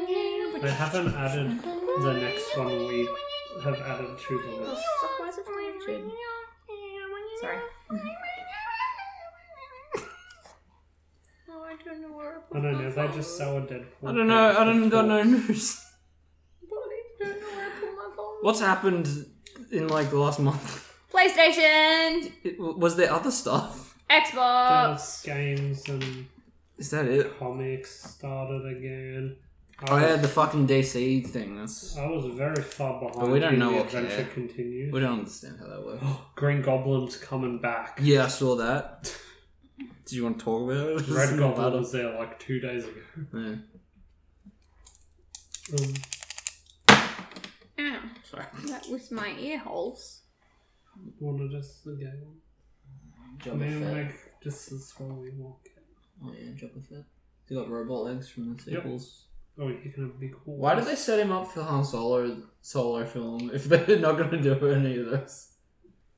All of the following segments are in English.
I haven't added the next one we have added to the list. why is it muted? Sorry. Oh, I don't know where I don't know, they're just sour Deadpool. I don't know. I don't got no know. news. don't know where I put my phone. What's happened in like the last month? PlayStation, It, was there other stuff? Xbox. There's games and Is that it? comics started again. I Oh was, yeah, the fucking DC thing. That's I was very far behind. But we don't in know The what's adventure there. continues. we don't understand how that works. Green Goblin's coming back. Yeah, I saw that. Did you want to talk about it? Red Goblin was there like two days ago. Yeah. Um, Ow, Sorry. that was my ear holes. wanna just again? Jabba Maybe Fett. make just this one we want. Oh yeah, Jabba Fett. He got robot legs from the Yep. sequels. Oh, you can have big horns. Why did they set him up for Han Solo solo film if they're not going to do any of those?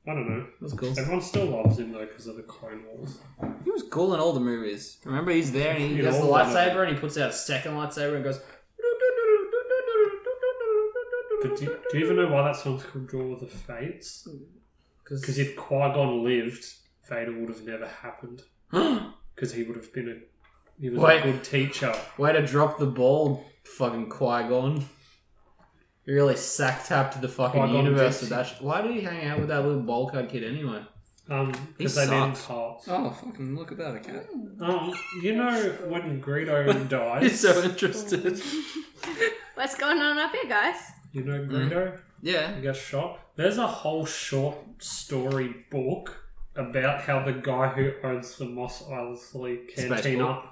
I don't know. That's cool. Everyone still loves him though because of the Clone Wars. He was cool in all the movies. Remember, he's there and he In has the all of them. lightsaber and he puts out a second lightsaber and goes. But do, do you even know why that song's called Draw of the Fates? Because Because if Qui Gon lived, Vader would have never happened. Because he would have been a he was Wait. a good teacher. way to drop the ball, fucking Qui Gon. You really sack tapped the fucking Qui-Gon universe did. with that. Sh- Why did he hang out with that little bowl cut kid anyway? Um, He because they needed sucks. parts. Oh, fucking look at that again. Um, you know when Greedo dies. He's so interested. What's going on up here, guys? You know Greedo. yeah. He gets shot. There's a whole short story book about how the guy who owns the Moss Isley Cantina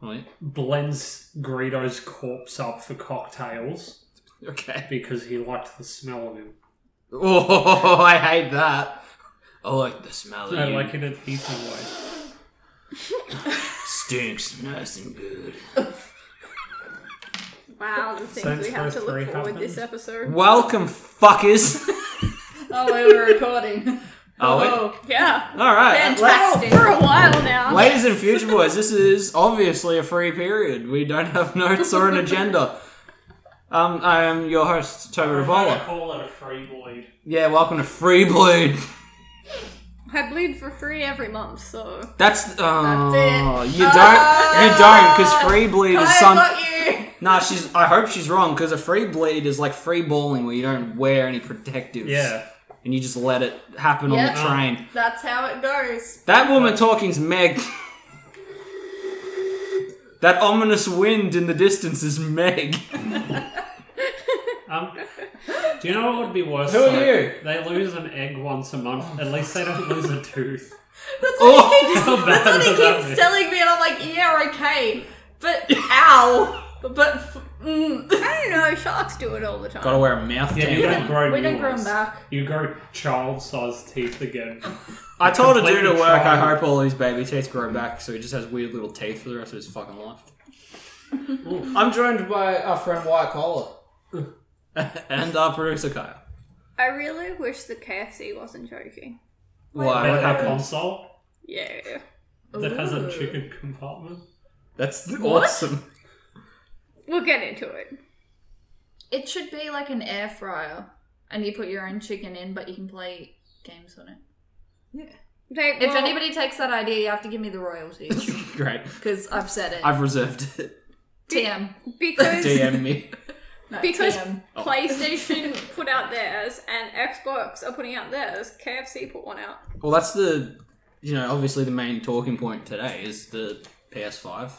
Right. blends Greedo's corpse up for cocktails Okay. because he liked the smell of him. Oh, I hate that. I like the smell of I you. like it in an easy way. Stinks nice and good. Wow, the things Since we have to Earth look three forward happened. this episode. Welcome, fuckers. Oh, we were recording. Oh, wait. yeah. all right. Fantastic. For a while now. Ladies and future boys, this is obviously a free period. We don't have notes or an agenda. Um, I am your host, Toby Revola. call it a free bleed. Yeah, welcome to Free Bleed. I bleed for free every month, so. That's oh, That's it. you don't, you Ah. don't, because Free Bleed is some. you. Nah, she's. I hope she's wrong because a free bleed is like free bowling where you don't wear any protectives. Yeah. and you just let it happen on Yep. the train. That's how it goes. That woman talking's Meg. that ominous wind in the distance is Meg. Um, do you know what would be worse? Who are though? you? They lose an egg once a month. At least they don't lose a tooth. That's what he Oh, keeps, How that's bad what he would that keeps be? telling me, and I'm like, yeah, okay. But, ow. But, f- mm. I don't know, sharks do it all the time. gotta wear a mouth Yeah, you don't tampon. grow. We new don't grow 'em ones. back. You grow child-sized teeth again. I told a dude completely at work I tried. hope all his baby teeth grow back so he just has weird little teeth for the rest of his fucking life. Oof. I'm joined by our friend White Collar and our producer Kyle. I really wish the KFC wasn't joking. Why? They What have a happened? console Yeah. that has a Ooh. chicken compartment. That's What? awesome. We'll get into it. It should be like an air fryer, and you put your own chicken in, but you can play games on it. They, If well, anybody takes that idea, you have to give me the royalties Great. because I've said it. I've reserved it. TM, because DM me. no, Because- TM. Oh. PlayStation put out theirs and Xbox are putting out theirs, KFC put one out. Well, that's the you know obviously the main talking point today is the PS5.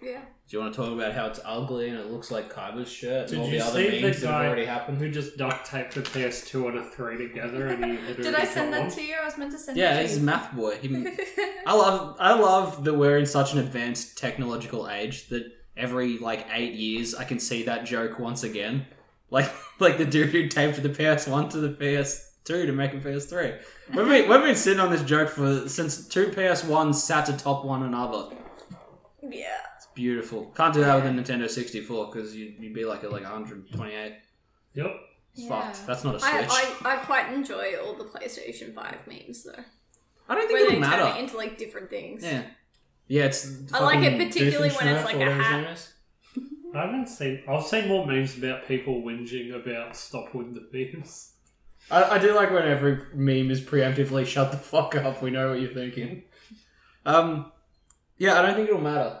Yeah. Do you want to talk about how it's ugly and it looks like Kyber's shirt and Did all you the other see the memes that have guy- already happened? Who just duct taped a PS2 and a 3 together and he literally Did I send got that one? to you? I was meant to send. Yeah, it he's to a you. math boy. He, I love I love that we're in such an advanced technological age that every like eight years I can see that joke once again. Like like the dude who taped the PS1 to the PS2 to make a PS3. We've been, we've been sitting on this joke for since two PS1s sat atop one another. Yeah. Beautiful. Can't do that with a Nintendo 64 because you'd, you'd be like at like 128. Yep. It's Yeah. fucked. That's not a Switch. I, I, I, I quite enjoy all the PlayStation 5 memes though. don't think Where they turn it it'll matter. into like different things. Yeah. Yeah, it's. I like it fucking particularly when it's Doofenshmirtz like a or whatever his hat. name is. I haven't seen. I've seen more memes about people whinging about stop with the memes. I, I do like when every meme is preemptively shut the fuck up. We know what you're thinking. Um, yeah, I don't think it'll matter.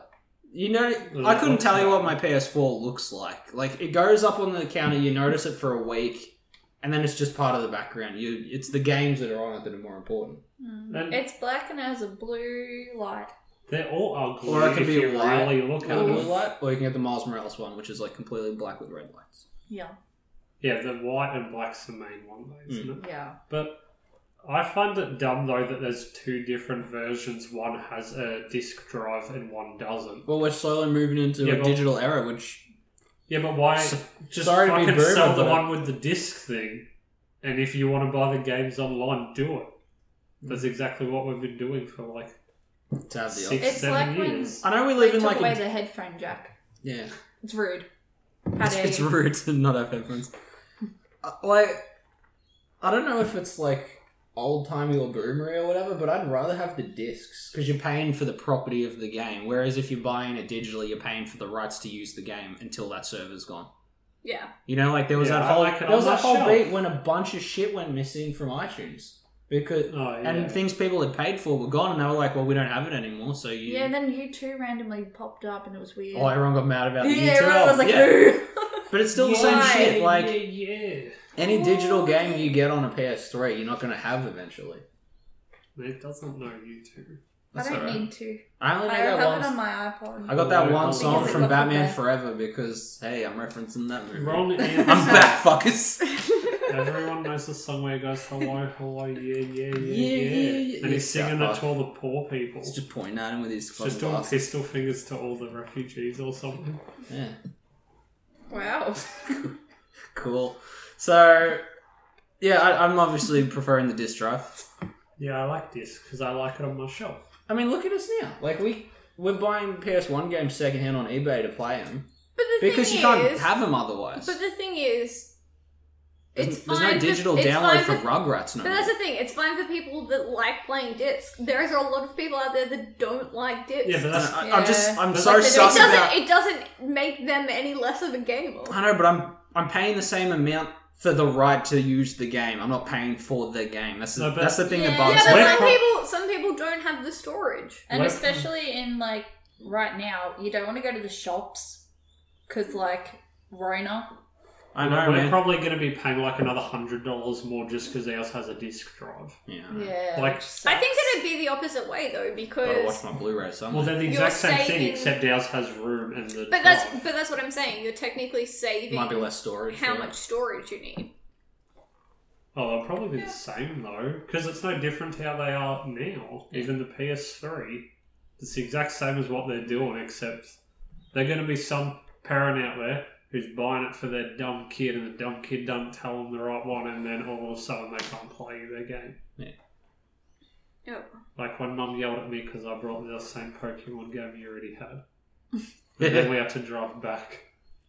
You know, I couldn't tell you what my PS4 looks like. Like it goes up on the counter, you notice it for a week, and then it's just part of the background. You, it's the games that are on it that are more important. Hmm. Mm. And- It's black and it has a blue light. They're all ugly. Or it could if be you white. really look at Blue it. light, or you can get the Miles Morales one, which is like completely black with red lights. Yeah. Yeah, the white and black's the main one, though, Hmm. isn't it? Yeah. But I find it dumb though that there's two different versions. One has a disk drive and one doesn't. Well, we're slowly moving into Yeah, a but- digital era, which Yeah, but why? S- just sorry to be fucking boomer, sell the but- one with the disc thing. And if you want to buy the games online, do it. That's exactly what we've been doing for like to have Hmm. the. six, It's seven like when- years. I know we They live in took like away a the headphone jack. yeah. It's rude. How It's, dare it's you? rude to not have headphones. Uh, like, I don't know if it's like old timey or boomery or whatever, but I'd rather have the discs because you're paying for the property of the game. Whereas if you're buying it digitally, you're paying for the rights to use the game until that server's gone. Yeah. You know, like there was Yeah, that I whole like it there on was that my whole shelf. beat when a bunch of shit went missing from iTunes because Oh, yeah. and things people had paid for were gone, and they were like, "Well, we don't have it anymore." So you, Yeah, and then you two randomly popped up and it was weird. oh, everyone got mad about the yeah, U2 everyone was album. like, Yeah. "Ooh." but it's still the yeah, same shit. yeah, Like yeah, yeah. Any digital game you get on a PS3, you're not going to have eventually. It doesn't know you two. I That's don't alright. need to. I only I know that have it one. on my iPod. I got that Oh, one song because it from got Batman there. Forever because hey, I'm referencing that movie. Ron I'm Anderson. back, fuckers. Everyone knows the song where it goes, hello, hello, yeah, yeah, yeah, yeah. Yeah, yeah, yeah. And he's Yeah, singing South it to all the poor people. He's just pointing at him with his Just closed doing glasses. pistol fingers to all the refugees or something. Yeah, Wow. cool. So yeah, I, I'm obviously preferring the disc drive. Yeah, I like this because I like it on my shelf. I mean, look at us now. Like we we're buying PS1 games secondhand on eBay to play them But the because you thing can't is, have them otherwise. But the thing is, it's there's fine no digital for, it's download fine for, for Rugrats no But more. that's the thing, it's fine for people that like playing disc. There's a lot of people out there that don't like disc. Yeah, but And that's. I, I'm just I'm But so like, it, there's sus doesn't, about. it doesn't make them any less of a gamer. I know, but I'm I'm paying the same amount for the right to use the game. I'm not paying for the game. That's the, No, but- that's the thing yeah, that bugs yeah, me. We're but some pro- people, some people don't have the storage. And And We're- especially in like right now, you don't want to go to the shops because like Rona. I know, we're man. probably going to be paying like another hundred dollars more just because ours has a disc drive. yeah, Yeah. Like- I think it'd be the opposite way though gotta because watch my Blu-ray somewhere. Well, they're the You're exact same thing, saving- except ours has room and the. But that's drive. but that's what I'm saying. You're technically saving Might be less storage. how for it. much storage you need. Oh, they'll probably be the same though, because it's no different how they are now. Even the PS3, it's the exact same as what they're doing, except they're going to be some parent out there who's buying it for their dumb kid, and the dumb kid doesn't tell them the right one, and then all of a sudden they can't play their game. Yep. Like when Mum yelled at me because I brought the same Pokemon game you already had, and then we had to drive back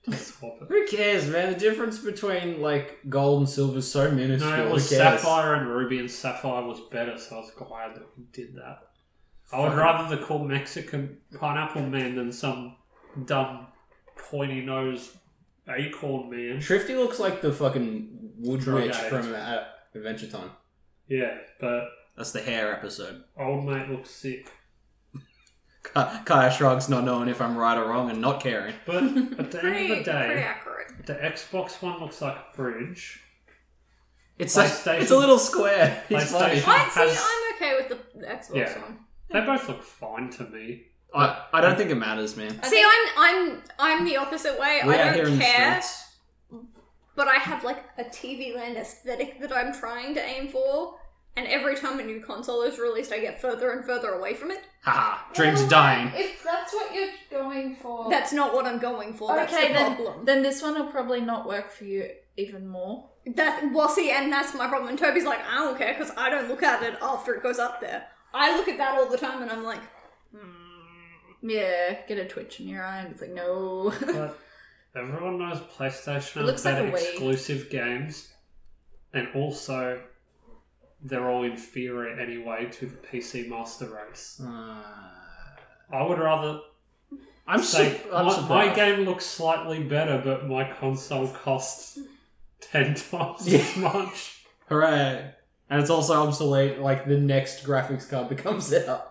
to swap it. Who cares, man? The difference between like gold and silver is so minuscule. No, it Who was cares? Sapphire and Ruby, and Sapphire was better, so I was glad that we did that. I would Fucking- rather the cool Mexican pineapple man than some dumb pointy nosed acorn man. Shrifty looks like the fucking wood Drug witch addict. from uh, Adventure Time. Yeah, but That's the hair episode. old mate looks sick. Ka- Kaya shrugs, not knowing if I'm right or wrong, and not caring. But at the end Pretty of the pretty day, accurate. the Xbox one looks like a fridge. It's a, PlayStation- it's a little square. It's funny. PlayStation- I see. has- I'm okay with the Xbox Yeah. one. They both look fine to me. I, I don't think it matters, man. See, I'm I'm I'm the opposite way. We're I out here in don't the care, streets. but I have like a TV land aesthetic that I'm trying to aim for, and every time a new console is released, I get further and further away from it. Haha, dreams are dying. If that's what you're going for, oh, That's not what I'm going for. That's Oh. Okay, the then- problem. Then this one will probably not work for you even more. That's well, see, and that's my problem. And Toby's like, I don't care because I don't look at it after it goes up there. I look at that all the time, and I'm like, Yeah, get a twitch in your eye and it's like, no. But everyone knows PlayStation It has looks like better a Wii. exclusive games, and also they're all inferior anyway to the PC Master Race. Uh, I would rather I'm, It's su- like, I'm my, surprised. my game looks slightly better, but my console costs ten times as much. Hooray! And it's also obsolete. Like the next graphics card becomes out.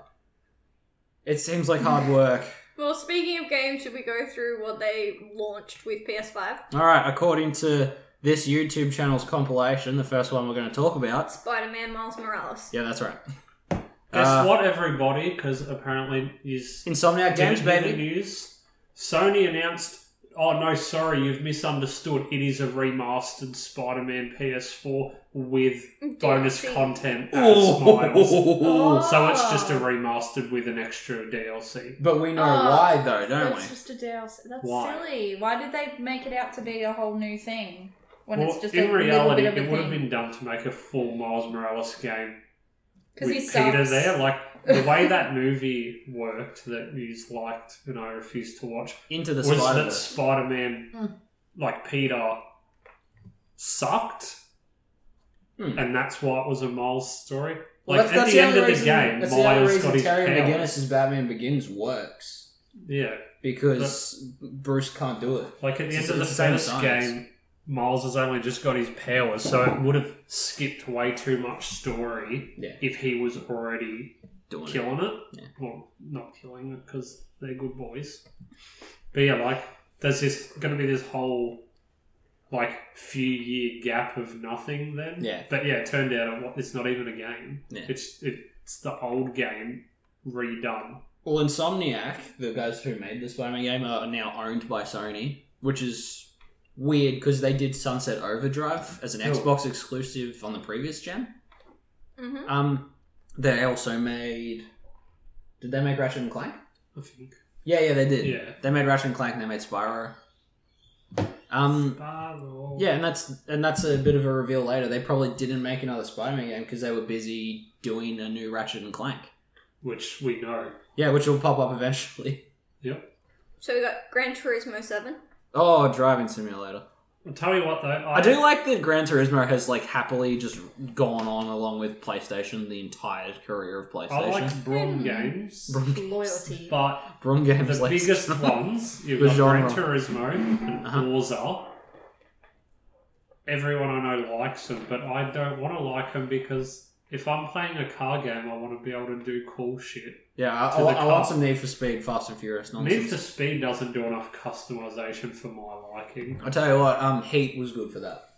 It seems like hard work. Well, speaking of games, should we go through what they launched with PS5? All right, according to this YouTube channel's compilation, the first one we're going to talk about. Spider-Man Miles Morales. Yeah, that's right. Guess Uh, what, everybody? Because apparently, is Insomniac Games, the baby. news. Sony announced. Oh no, sorry, you've misunderstood. It is a remastered Spider-Man PS4 with bonus DLC. content as Miles. Oh. So it's just a remastered with an extra DLC. But we know Oh, why, though, don't we? That's just a DLC. That's Why? silly. Why did they make it out to be a whole new thing when well, it's just in a reality, little bit of a it would have thing? been done to make a full Miles Morales game with 'Cause he Peter sucks. there. Like the way that movie worked, that you liked and I refused to watch, Into the was spider. that Spider Man, Hmm. like Peter, sucked, Hmm. and that's why it was a Miles story. Well, Like that's, at that's the end other of the reason- game, that's the other Miles reason got his Terry powers. McGinnis's Batman Begins works Yeah, because Bruce can't do it. like at the It's- end of the it's the same first science. game, Miles has only just got his powers, so it would have skipped way too much story Yeah, if he was already doing it. killing it. Yeah. Well, not killing it because they're good boys. But yeah, like there's this going to be this whole like few year gap of nothing then. Yeah. But yeah, it turned out it wa- it's not even a game. Yeah. It's it's the old game redone. Well, Insomniac, the guys who made the Spider-Man game, are now owned by Sony, which is weird because they did Sunset Overdrive as an Cool. Xbox exclusive on the previous gen. Mm-hmm. Um, they also made. Did they make Ratchet and Clank? I think. Yeah, yeah, they did. Yeah. They made Ratchet and Clank, and they made Spyro. Um, Spiral. yeah, and that's and that's a bit of a reveal later. They probably didn't make another Spider-Man game because they were busy doing a new Ratchet and Clank. Which we know. Yeah, which will pop up eventually. Yep. So we got Gran Turismo 7. Oh, driving simulator. I'll tell you what though. I do like that Gran Turismo has like happily just gone on along with PlayStation the entire career of PlayStation. I like Brom Hmm. games, Brum, loyalty. but Brum games the like biggest ones you've The got Gran genre. Turismo and Uh-huh. Forza. Everyone I know likes them, but I don't want to like them because if I'm playing a car game, I want to be able to do cool shit. Yeah, I, to the I, I car. want some Need for Speed, Fast and Furious Need for nonsense. Speed doesn't do enough customization for my liking. I tell you what, um, Heat was good for that.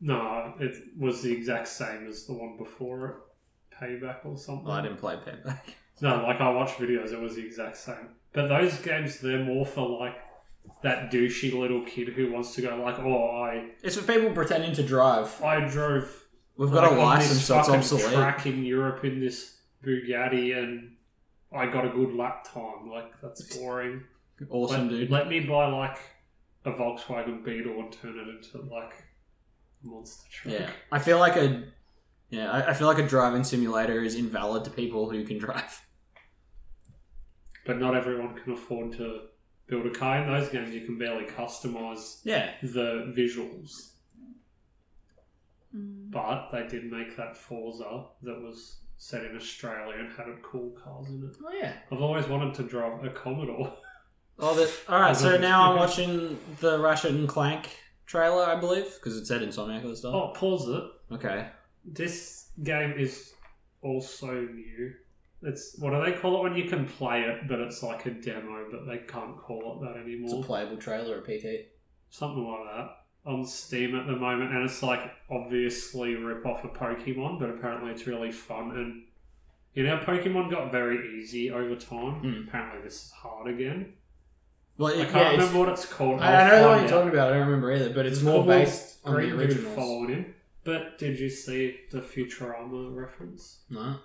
No, it was the exact same as the one before it, Payback or something. Well, I didn't play Payback. No, like I watched videos, it was the exact same. But those games, they're more for like that douchey little kid who wants to go like, oh, I It's for people pretending to drive. I drove. We've got like, a on license, this so it's Oh, fucking obsolete. Track in Europe in this Bugatti, and I got a good lap time. Like that's boring. Awesome, let, dude. Let me buy like a Volkswagen Beetle and turn it into like a monster truck. yeah, I feel like a yeah, I, I feel like a driving simulator is invalid to people who can drive. But not everyone can afford to build a car. In those games, you can barely customize Yeah, the visuals. Mm. But they did make that Forza that was set in Australia and had cool cars in it. oh yeah. I've always wanted to drive a Commodore. All the all right. So Okay. now I'm watching the Ratchet and Clank trailer, I believe, because it said Insomniac at the start. Oh, pause it. Okay, This game is also new. It's what do they call it when you can play it, but it's like a demo, but they can't call it that it's a anymore. playable trailer at PT. Something like that on Steam at the moment, and it's like obviously a rip off of Pokemon, but apparently it's really fun. And you know, Pokemon got very easy over time. Hmm. Apparently, this is hard again. Well, I it, can't yeah, it's- remember what it's called. I, I I'll know the one find you're out. talking about. I don't remember either, but it's There's more a couple based on the green dude original. Following him. But did you see the Futurama reference? No.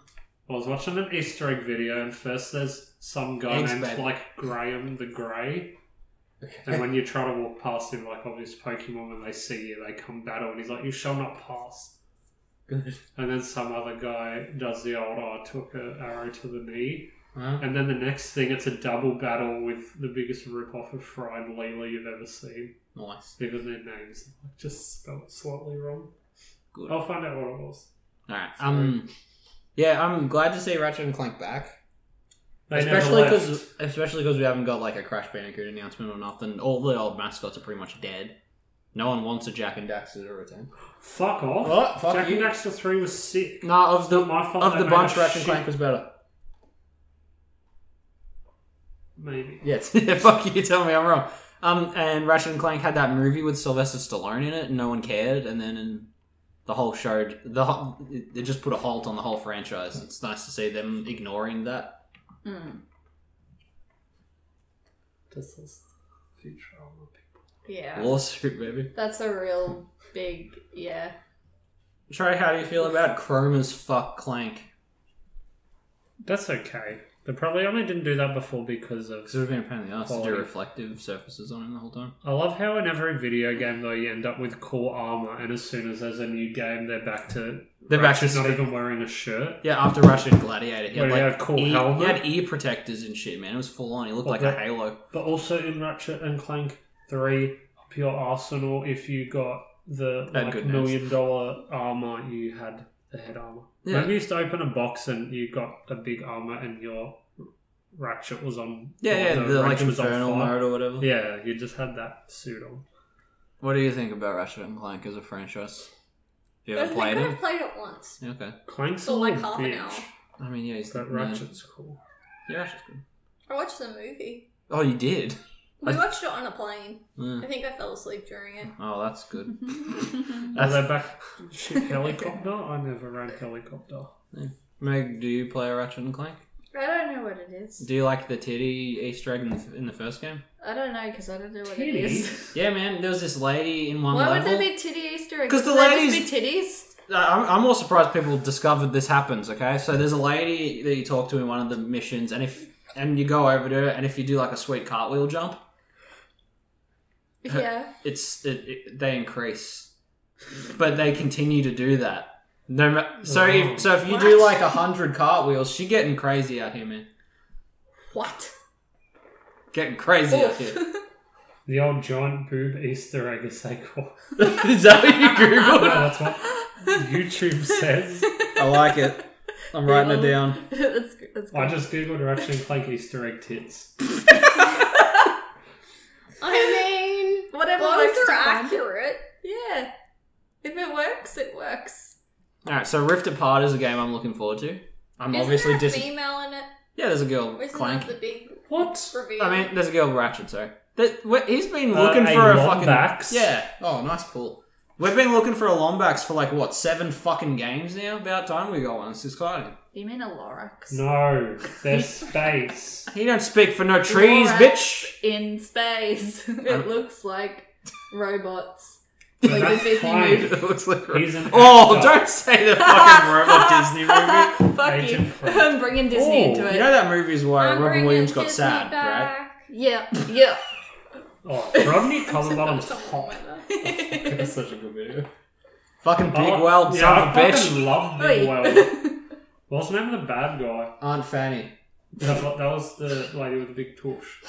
I was watching an Easter egg video, and first there's some guy Thanks, named babe. like Graham the Grey, and when you try to walk past him, like obvious Pokemon, when they see you, they come battle, and he's like, "You shall not pass." Good. And then some other guy does the old, "Oh, "I took a arrow to the knee," Huh? and then the next thing, it's a double battle with the biggest rip off of Fry and Leela you've ever seen, Nice. even their names like, just spelled slightly wrong. Good. I'll find out what it was. All right. Um. Yeah, I'm glad to see Ratchet and Clank back. They especially never left. because especially because we haven't got like a Crash Bandicoot announcement or nothing. All the old mascots are pretty much dead. No one wants a Jack and Daxter to return. fuck off. What? Oh, Fuck Jack you. and Daxter three was sick. No, of the Not my fault of they the made bunch, a Ratchet and shit- Clank was better. Maybe. Yes, fuck you. Tell me I'm wrong. Um, and Ratchet and Clank had that movie with Sylvester Stallone in it, and no one cared. And then in the whole show, the ho- it it just put a halt on the whole franchise. It's nice to see them ignoring that. Mm. This is the future of the people. Yeah. Lawsuit, baby. That's a real big yeah. Trey, how do you feel about Chroma's fuck Clank? That's okay. They probably only didn't do that before because of. Because we've been apparently asked to do Quality. reflective surfaces on him the whole time. I love how in every video game though you end up with cool armor, and as soon as there's a new game, they're back to They're back Ratchet to not speed. even wearing a shirt. Yeah, after Ratchet and Gladiator, he had, Where he like, had cool ear- helmet. he had ear protectors and shit, man. It was full on. He looked Oh, like a that- Halo. But also in Ratchet and Clank Three, up your arsenal if you got the And like good names. million dollar armor, you had the head armor. Yeah. Maybe you used to open a box and you got a big armor, and your Ratchet was on. Yeah, yeah, or the, like wrench was on infernal fire. mode or whatever. Yeah, you just had that suit on. What do you think about Ratchet and Clank as a franchise? Have you I ever think played I've him? played it once. Yeah, okay. Clank's a For, like, little half an bitch, hour. I mean, yeah, he's but man. Ratchet's cool. Yeah, Ratchet's good. I watched the movie. Oh, you did? We I- watched it on a plane. Yeah. I think I fell asleep during it. Oh, that's good. Are That's- they back? Shit, helicopter? I never ran helicopter. Meg, do you play Ratchet and Clank? I don't know what it is. Do you like the titty Easter egg in the, in the first game? I don't know because I don't know what it is. Titties? Yeah, man, there was this lady in one Why would level. there be titty Easter eggs? 'Cause the Wouldn't there ladies- just be titties. I'm, I'm more surprised people discovered this happens. Okay, so there's a lady that you talk to in one of the missions, and if and you go over to her, and if you do like a sweet cartwheel jump, Yeah. it's it, it, they increase, but they continue to do that. No, ma- so if so if you do like a hundred cartwheels, she getting crazy out here, man. What? Getting crazy out Oof. here. The old giant boob Easter egg is they call. Is that what you No, googled? that's what YouTube says. I like it. I'm writing it down. that's good. That's I good. just googled Ratchet and Clank Easter egg tits. I mean, Whatever well, if works to they're find it. accurate, Yeah. If it works, it works. All right, so Rift Apart is a game I'm looking forward to. I'm isn't obviously there a dis. female in it? yeah, there's a girl. Isn't Clank. that the big What? reveal? I mean, there's a girl with Ratchet, sorry. That, we- he's been Uh, looking a for a fucking. Lombax? Yeah. Oh, nice pull. We've been looking for a Lombax for like, what, seven fucking games now? About time we got one. It's exciting. Do you mean a Lorax? No, there's space. He don't speak for no trees, Lorax bitch! In space. Um, it looks like robots. But Like the that's Disney fine. movie. it looks like. He's an oh, actor. don't say the fucking robot Disney movie. Fuck Agent you. Clank. I'm bringing Disney Oh, into it. You know that movie is why I'm Robin bringing Williams got Disney sad, right? back. Yeah. Yeah. Oh, Rodney Cumberbottom's hot. That's such a good video. Fucking Big Oh, World, yeah, son of a I bitch. fucking love Big Wait. Weld. What's the name of the bad guy? Aunt Fanny. That, that was the lady with the big tush.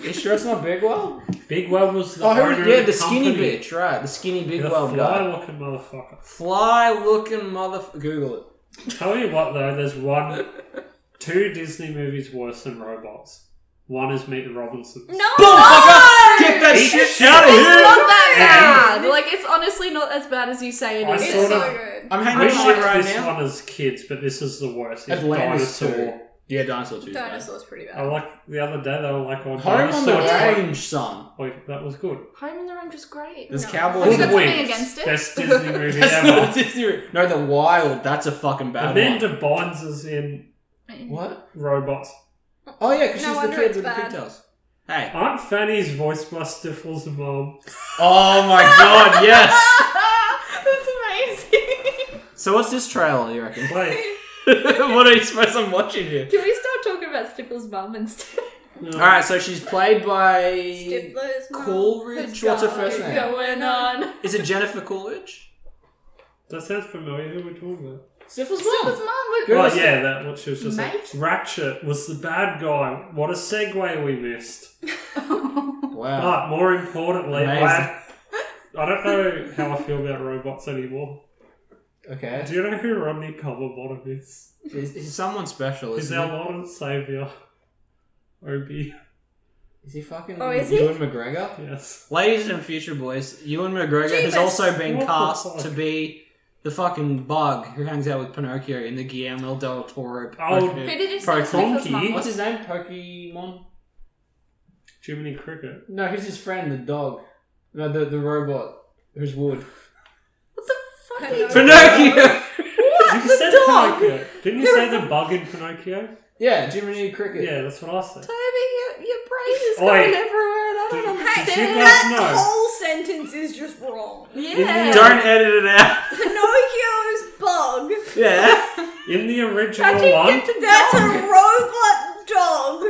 You sure it's not Big World? Big Weld was the Oh, owner who- yeah, of the, the skinny company. bitch, right? The skinny Big The World guy. fly-looking motherfucker. Fly looking motherfucker. Google it. Tell you what, though, there's one, two Disney movies worse than Robots. One is Meet the Robinsons. No, Boom, fucker! Get that Eat shit shit. out of It's here! not that Yeah. bad. Like it's honestly not as bad as you say it I is. saw sort it's so of- good. I'm We hanging shit shit right this now. one as kids, but this is the worst. It's Atlantis Dinosaur. two. Yeah, dinosaur too. Dinosaur's pretty I bad. like the other day they were like on Home on the dinosaur track. range, son. Wait, that was good. Home in the Room just great. There's No. Have cowboys. you got Good something Wings, against it? Best Disney movie That's not ever. Disney. No, the wild. That's a fucking bad Amanda Bynes is in one. What? Robots. Oh yeah, because No she's the wonder kid it's with the bad. pigtails. Hey. Aunt Fanny's voice by Stifle's mom. Oh my god, yes. That's amazing. So what's this trailer? You reckon? Wait. what are you supposed I'm watching here? Can we start talking about Stipple's mum instead? All right, so she's played by Stifler's mom. Coolridge. What's her first What's name? going on? Is it Jennifer Coolridge? That sounds familiar. Who are we talking about? Syphilis Stipple's mum. Good. Good. Well, Mr. yeah, that what she was just Mate? like. Ratchet was the bad guy. What a segue we missed. Wow. But more importantly, Amazing. I, I don't know how I feel about robots anymore. Okay. Do you know who Rodney Cumberbottom is? He's, he's someone special, He's isn't our he? Lord and Savior. Opie. Is he fucking Oh, is he? Ewan McGregor? Yes. Ladies and future boys, Ewan McGregor has Jeebus. also been What the cast fuck? to be the fucking bug who hangs out with Pinocchio in the Guillermo del Oh. Toro. Pinocchio. Who did you say? Pro was Nicholas Conky? Martin? what's his name? Pokemon? Jiminy Cricket. No, who's his friend? The dog? No, the the robot. Who's wood? What the fuck? are you- Pinocchio. you said dog! Pinocchio. Didn't you say the bug in Pinocchio? yeah, Jiminy Cricket. Yeah, that's what I said. Toby, your, your brain is Oi. going everywhere and I don't Did- understand. did you guys that know? whole sentence is just wrong. yeah. Don't edit it out. Pinocchio's bug. Yeah. In the How'd original you one, get to That's a dog? robot dog.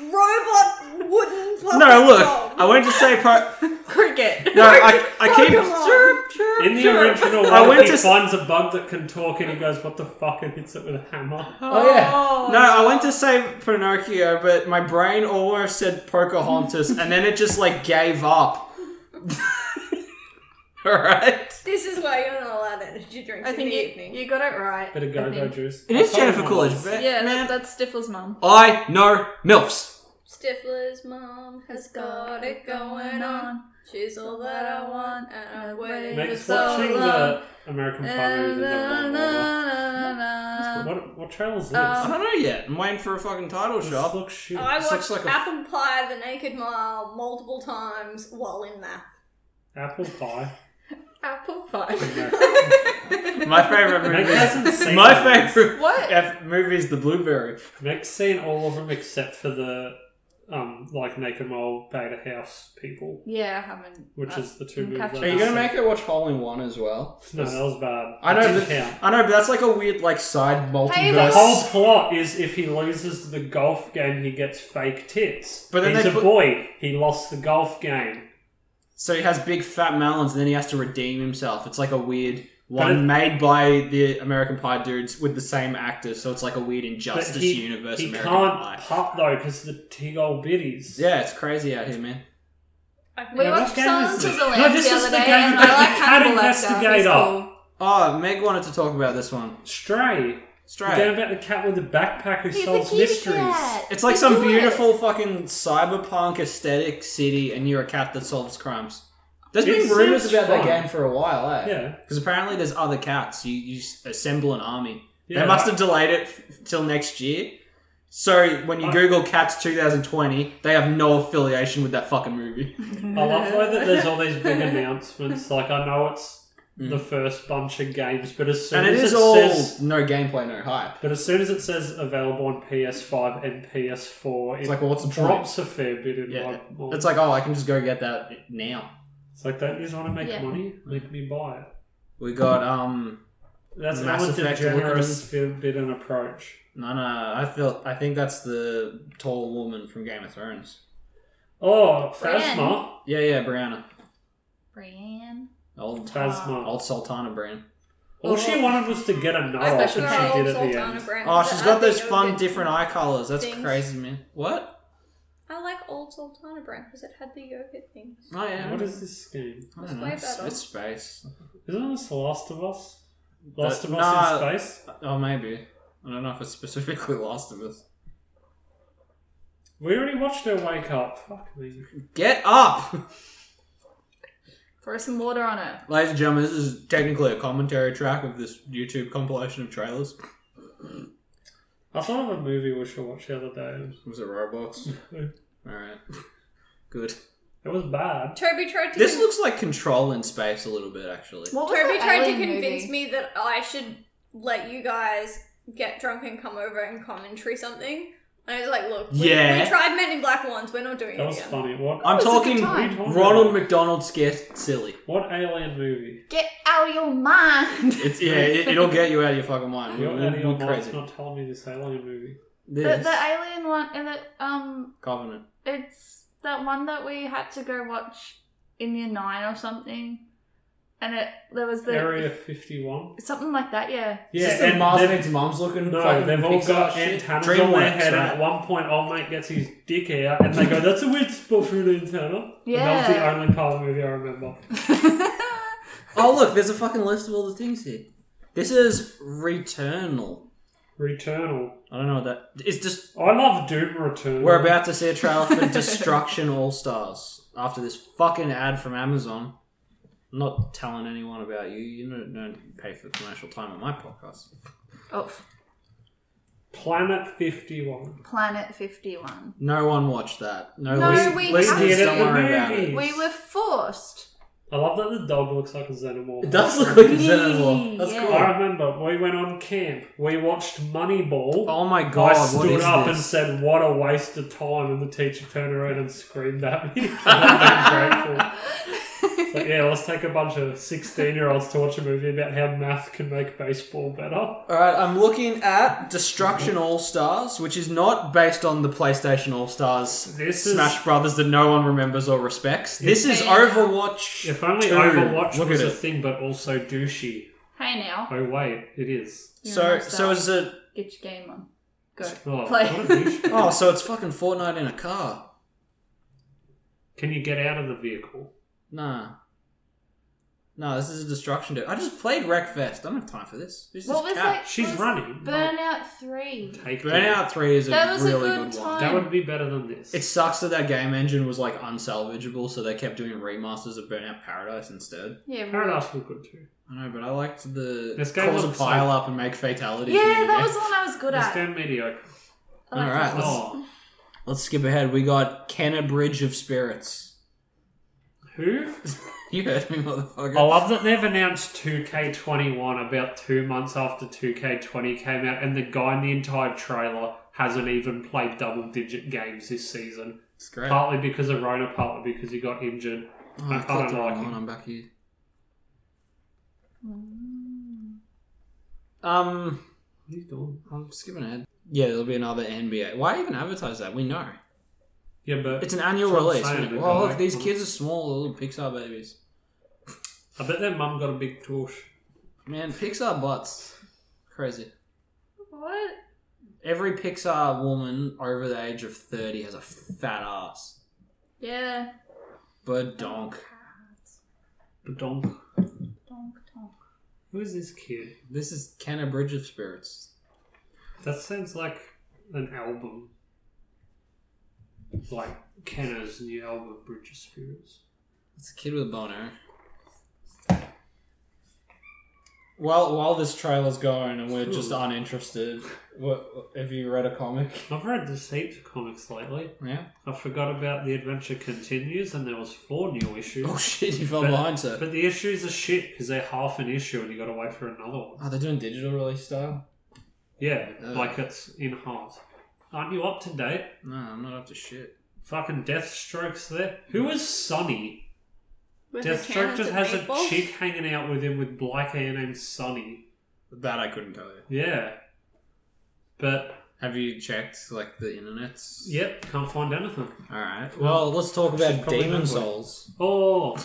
Robot wooden puppet no, look. dog. I went to say po- Cricket. No, I, I Pokemon. keep. Chirp, chirp, in the chirp. original I one, went he to s- finds a bug that can talk and he goes, "What the fuck?" and hits it with a hammer. Oh yeah. No, I went to say Pinocchio, but my brain almost said Pocahontas, and then it just like gave up. All right. This is why you're not allowed energy drinks I think in the you, evening. you got it right. Bit of I go-go think. juice. It is I told Jennifer him I Coolidge, was. but Yeah, man, that, that's Stifler's mum. I know milfs. Stifler's mom has got it going on. She's all that I want, and I've waited for Makes so watching long. the American Pie movie the wrong order. What what trail is this? I Um, don't know yet. I'm waiting for a fucking title This shot. looks shit. I This watched looks like a- Apple Pie, The Naked Mile multiple times while in math. Apple Pie. Apple pie. My favorite Meg movie. is- hasn't seen My all of them. favorite What? F movie is The Blueberry. Meg's seen all of them except for the um like Naked Mole Beta House people, Yeah, I haven't. which uh, is the two I'm movies. catching I Are you gonna saw. make her watch Hole in One as well? No, that was bad. I It know, didn't but, count. I know, but that's like a weird like side Hey, The Yes. whole multiverse. plot is if he loses the golf game, he gets fake tits. But But then he's they a put- boy. He lost the golf game. So he has big fat melons, and then he has to redeem himself. It's like a weird one it- made by the American Pie dudes with the same actor. So it's like a weird But injustice he, universe. he American can't Pie. putt though because the tig old biddies. Yeah, it's crazy out here, man. We Yeah, watched which game is Silence of this? the Lambs No, this the is other the day, game and I about the like cat Hannibal Lecter. He's investigator. cool. Oh, Meg wanted to talk about this one. Stray. Straight. The game about the cat with the backpack who He's solves a kitty mysteries. cat. It's like We some do it. beautiful fucking cyberpunk aesthetic city, and you're a cat that solves crimes. There's It been rumors seems about that fun. game for a while, eh? Yeah. Because apparently there's other cats. You, you s- assemble an army. Yeah. They must have delayed it f- till next year. So when you I- Google Cats 2020, they have no affiliation with that fucking movie. I love the way that there's all these big announcements. Like I know it's Mm. the first bunch of games, but as soon and it as is it all says, no gameplay, no hype. but as soon as it says available on PS5 and PS4, It's it like, well, what's the point? drops a fair bit in Yeah, my. my- It's like, oh, I can just go get that now. It's like, don't you just want to make Yeah. money? Make me buy it. We got um, That's Mass Ellen Effect DeGeneres bit, bit an approach. no, no. I feel I think that's the tall woman from Game of Thrones. Oh, Brienne. Phasma. Yeah, yeah, Brianna, Brienne. old Phasma. old Sultana Brian. All she wanted was to get a nut I off, special and she Oh, did at the Sultana end. Brand. Oh, she's I think got those it would fun be- different eye colors. That's things. crazy, man. What? I like old Sultana brand because it had the yogurt things. Oh yeah. What is this game? I It's don't know. way It's, better. it's space. Isn't this The Last of Us? Last That- of Us nah. in space. Oh, maybe. I don't know if it's specifically Last of Us. We already watched her wake up. Fuck me. Get up! Throw some water on it. Ladies and gentlemen, this is technically a commentary track of this YouTube compilation of trailers. I thought of a movie we should watch the other day. Was it robots? No. Alright. Good. It was bad. Toby tried to. This con- looks like Control in space a little bit, actually. What was Toby that tried to alien convince movie? me that I should let you guys get drunk and come over and commentary something. And I was like, look, we, Yeah. we tried Men in Black once, we're not doing That it was again. funny. What? I'm was a talking good time. What are you talking Ronald about? McDonald scared silly. What alien movie? Get out of your mind. It's yeah, it, it'll get you out of your fucking mind. You're We're, out of your we're mind's crazy. not telling me this alien movie. the, This the alien one, and it, um, Covenant. it's that one that we had to go watch in year nine or something, and it there was the Area 51? something like that. Yeah, Yeah, Is this the and Mars they've- needs mom's looking. No, fucking they've all Pixar got shit? antennas on their Dreamworks, head, and at right? one point, old mate gets his dick out, and they go, "That's a weird spot through the antenna." And that was the Yeah. only part of the movie I remember. Oh look, there's a fucking list of all the things here. This is Returnal. Returnal. I don't know what that. It's just I love Doom Returnal. we're about to see a trailer for Destruction All Stars after this fucking ad from Amazon. I'm not telling anyone about you. You don't, don't pay for commercial time on my podcast. Oh, Planet 51. Planet 51. No one watched that. No, No, lis- we listeners, haven't. don't worry about Movie. it. We were forced. I love that the dog looks like a xenomorph. It does look like a xenomorph. That's Yeah. cool. I remember we went on camp. We watched Moneyball. Oh my I god! what stood is up this? and said, "What a waste of time!" And the teacher turned around and screamed at me. I'm grateful. It's like, yeah, let's take a bunch of sixteen-year-olds to watch a movie about how math can make baseball better. All right, I'm looking at Destruction All Stars, which is not based on the PlayStation All Stars This is- Smash Brothers that no one remembers or respects. This is Yeah. Overwatch. If only 2. Overwatch Look was at a it. thing, but also douchey. Hey now. Oh wait, it is. You're so, an so all-star. is it? Get your game on. Go. Oh, Play. what a douche. Oh, so it's fucking Fortnite in a car. Can you get out of the vehicle? Nah. Nah, this is a destruction. Dude. I just played Wreckfest. I don't have time for this. Who's What this was cat? that? She's was running. Burnout 3. Take that. Burnout Three is a That was a really good one. time. That would be better than this. It sucks that that game engine was like unsalvageable, so they kept doing remasters of Burnout Paradise instead. Yeah, really. Paradise was good too. I know, but I liked the This game cause a looks pile up and make fatalities. Yeah, in the that game. was the one I was good It's at. damn mediocre. I liked Alright, that let's- one. Oh, Let's skip ahead. We got Kenna Bridge of Spirits. who? You heard me, motherfucker. I love that they've announced 2K21 about two months after 2K20 came out, and the guy in the entire trailer hasn't even played double digit games this season. It's great. Partly because of Rona, partly because he got injured. Oh, I I clicked don't the wrong like one. it. I'm back here. Um, He's gone. I'm skipping ahead. Yeah, there'll be another NBA. Why even advertise that? We know Yeah, but it's an annual That's what I'm release. saying, isn't it? dude. Well, I look, like mm. these them. kids are small little Pixar babies. I bet their mum got a big torch. Man, Pixar butts, crazy. What? Every Pixar woman over the age of thirty has a fat ass. Yeah. But donk. Donk. Donk, donk. Who is this kid? This is Kenna Bridge of Spirits. That sounds like an album. Like Kenner's new album, Bridge of Spirits. It's a kid with a eh? boner. While while this trailer's going and we're just Ooh. uninterested, what, have you read a comic? I've read the heaps of comics lately. Yeah. I forgot about The Adventure Continues, and there was four new issues. Oh shit! You fell But- behind, sir. But the issues are shit because they're half an issue and you got to wait for another one. oh, they're doing digital release style. Yeah, Oh. like it's in halves. Aren't you up to date? No, I'm not up to shit. Fucking Deathstroke's there. Who is Sonny? With his Deathstroke cannons just and has a meatballs? chick hanging out with him with black hair named Sonny. That I couldn't tell you. Yeah. But, Have you checked like the internets? yep, can't find anything. All right. Well, let's talk about probably Demon not what- Souls. Oh,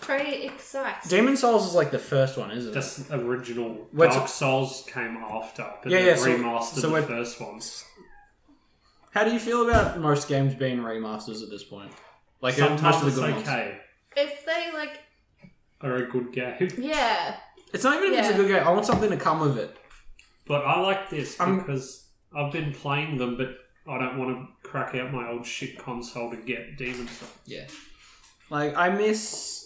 Pretty exciting. Demon Souls is like the first one, isn't it? that's original. What's- Dark Souls came after, but Yeah, they yeah, so- remastered so the what- first ones. How do you feel about most games being remasters at this point? Like most Sometimes of the it's good ones. okay. If they, like, Are a good game. yeah. It's not even if it's a Yeah. good game. I want something to come of it. But I like this I'm- because I've been playing them, but I don't want to crack out my old shit console to get Demon Souls. Yeah. Like I miss.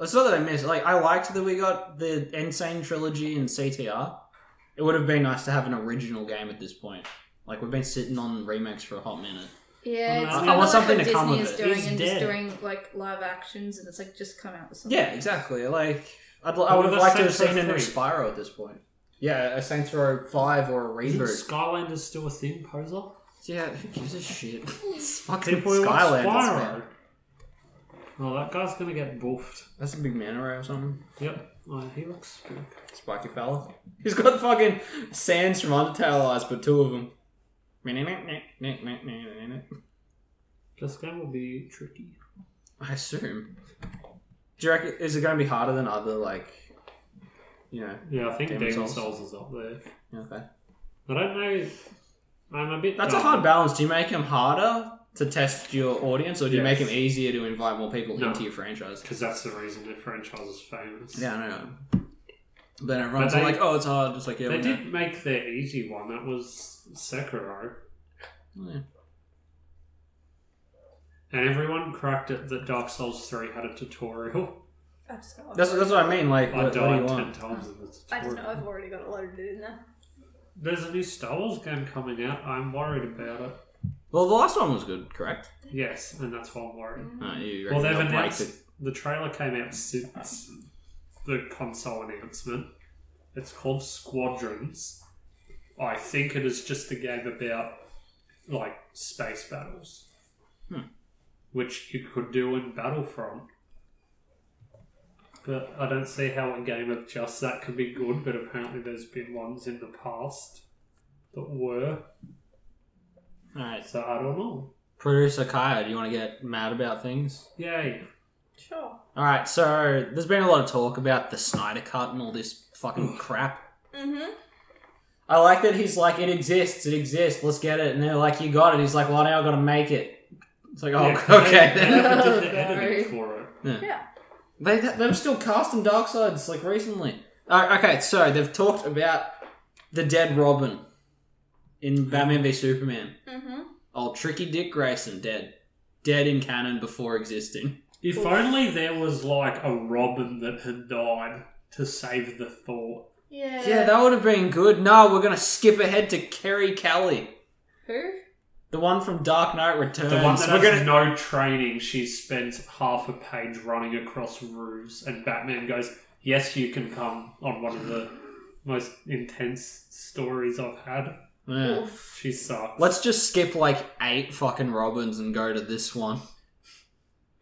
It's not that I miss. Like I liked that we got the Insane trilogy and CTR. It would have been nice to have an original game at this point. Like we've been sitting on remakes for a hot minute. Oh, Yeah, it's I kind want of like something to what Disney come with is it. doing He's and dead. just doing like live actions, and it's like just come out with something. Yeah, exactly. Like I'd, li- I Well, would have that's liked to have Saints Row seen a new 3. Spyro at this point. Yeah, a Saints Row Five or a Isn't reboot. Skylanders still a thing, Poser? Yeah, who gives a shit? It's fucking People who watch Skylanders, Spyro. man. Oh, that guy's gonna get boofed. That's a big man array or something. Yep. Oh, he looks good. Spiky fella. He's got fucking sands from Undertale eyes, but two of them. This game will be tricky. I assume. Do you reckon is it going to be harder than other like, you know? Yeah, I think Demon Demon, Souls. Souls. is up there. Okay. I don't know. I'm a bit. That's a dumb. hard balance. Do you make them harder to test your audience, or do you make Yes. them easier to invite more people No. into your franchise? Because that's the reason the franchise is famous. Yeah, I know. But everyone's they- like, oh, it's hard. It's like, yeah, They we did make their easy one. That was Sekiro. know. Yeah. And everyone cracked it that Dark Souls 3 had a tutorial. I just know. I've That's, already- that's what I mean. Like, I what, what do you died want? 10 times in the I just know tutorial. I've already got it loaded in there. There's a new Star Wars game coming out. I'm worried about it. Well, the last one was good, correct? Yes, and that's why I'm worried. Uh, you Well, they've reckon they'll break announced. it? The trailer came out since the console announcement. It's called Squadrons. I think it is just a game about, like, space battles. Hmm. Which you could do in Battlefront. But I don't see how a game of just that could be good, but apparently there's been ones in the past that were. All right. So I don't know. Producer Kaya, do you want to get mad about things? Yay. Sure. All right, so there's been a lot of talk about the Snyder Cut and all this fucking crap. Mm-hmm. I like that he's like, it exists, it exists, let's get it. And they're like, you got it. He's like, well, now I've got to make it. It's like, oh, Yeah, 'cause okay. They, they never did the Sorry. editing for it. Yeah. They, they've still cast in Dark Sides like recently. Uh, okay, so they've talked about the dead Robin in Mm-hmm. Batman v Superman. Mm-hmm. Old tricky Dick Grayson, dead, dead in canon before existing. If only there was like a Robin that had died to save the thought. Yeah. Yeah, that would have been good. No, we're gonna skip ahead to Kerry Kelly, Who? the one from Dark Knight Returns. The one that we're has gonna no training, she spends half a page running across roofs, and Batman goes, "Yes, you can come." On one of the most intense stories I've had, Yeah. she sucks. let's just skip like eight fucking Robins and go to this one.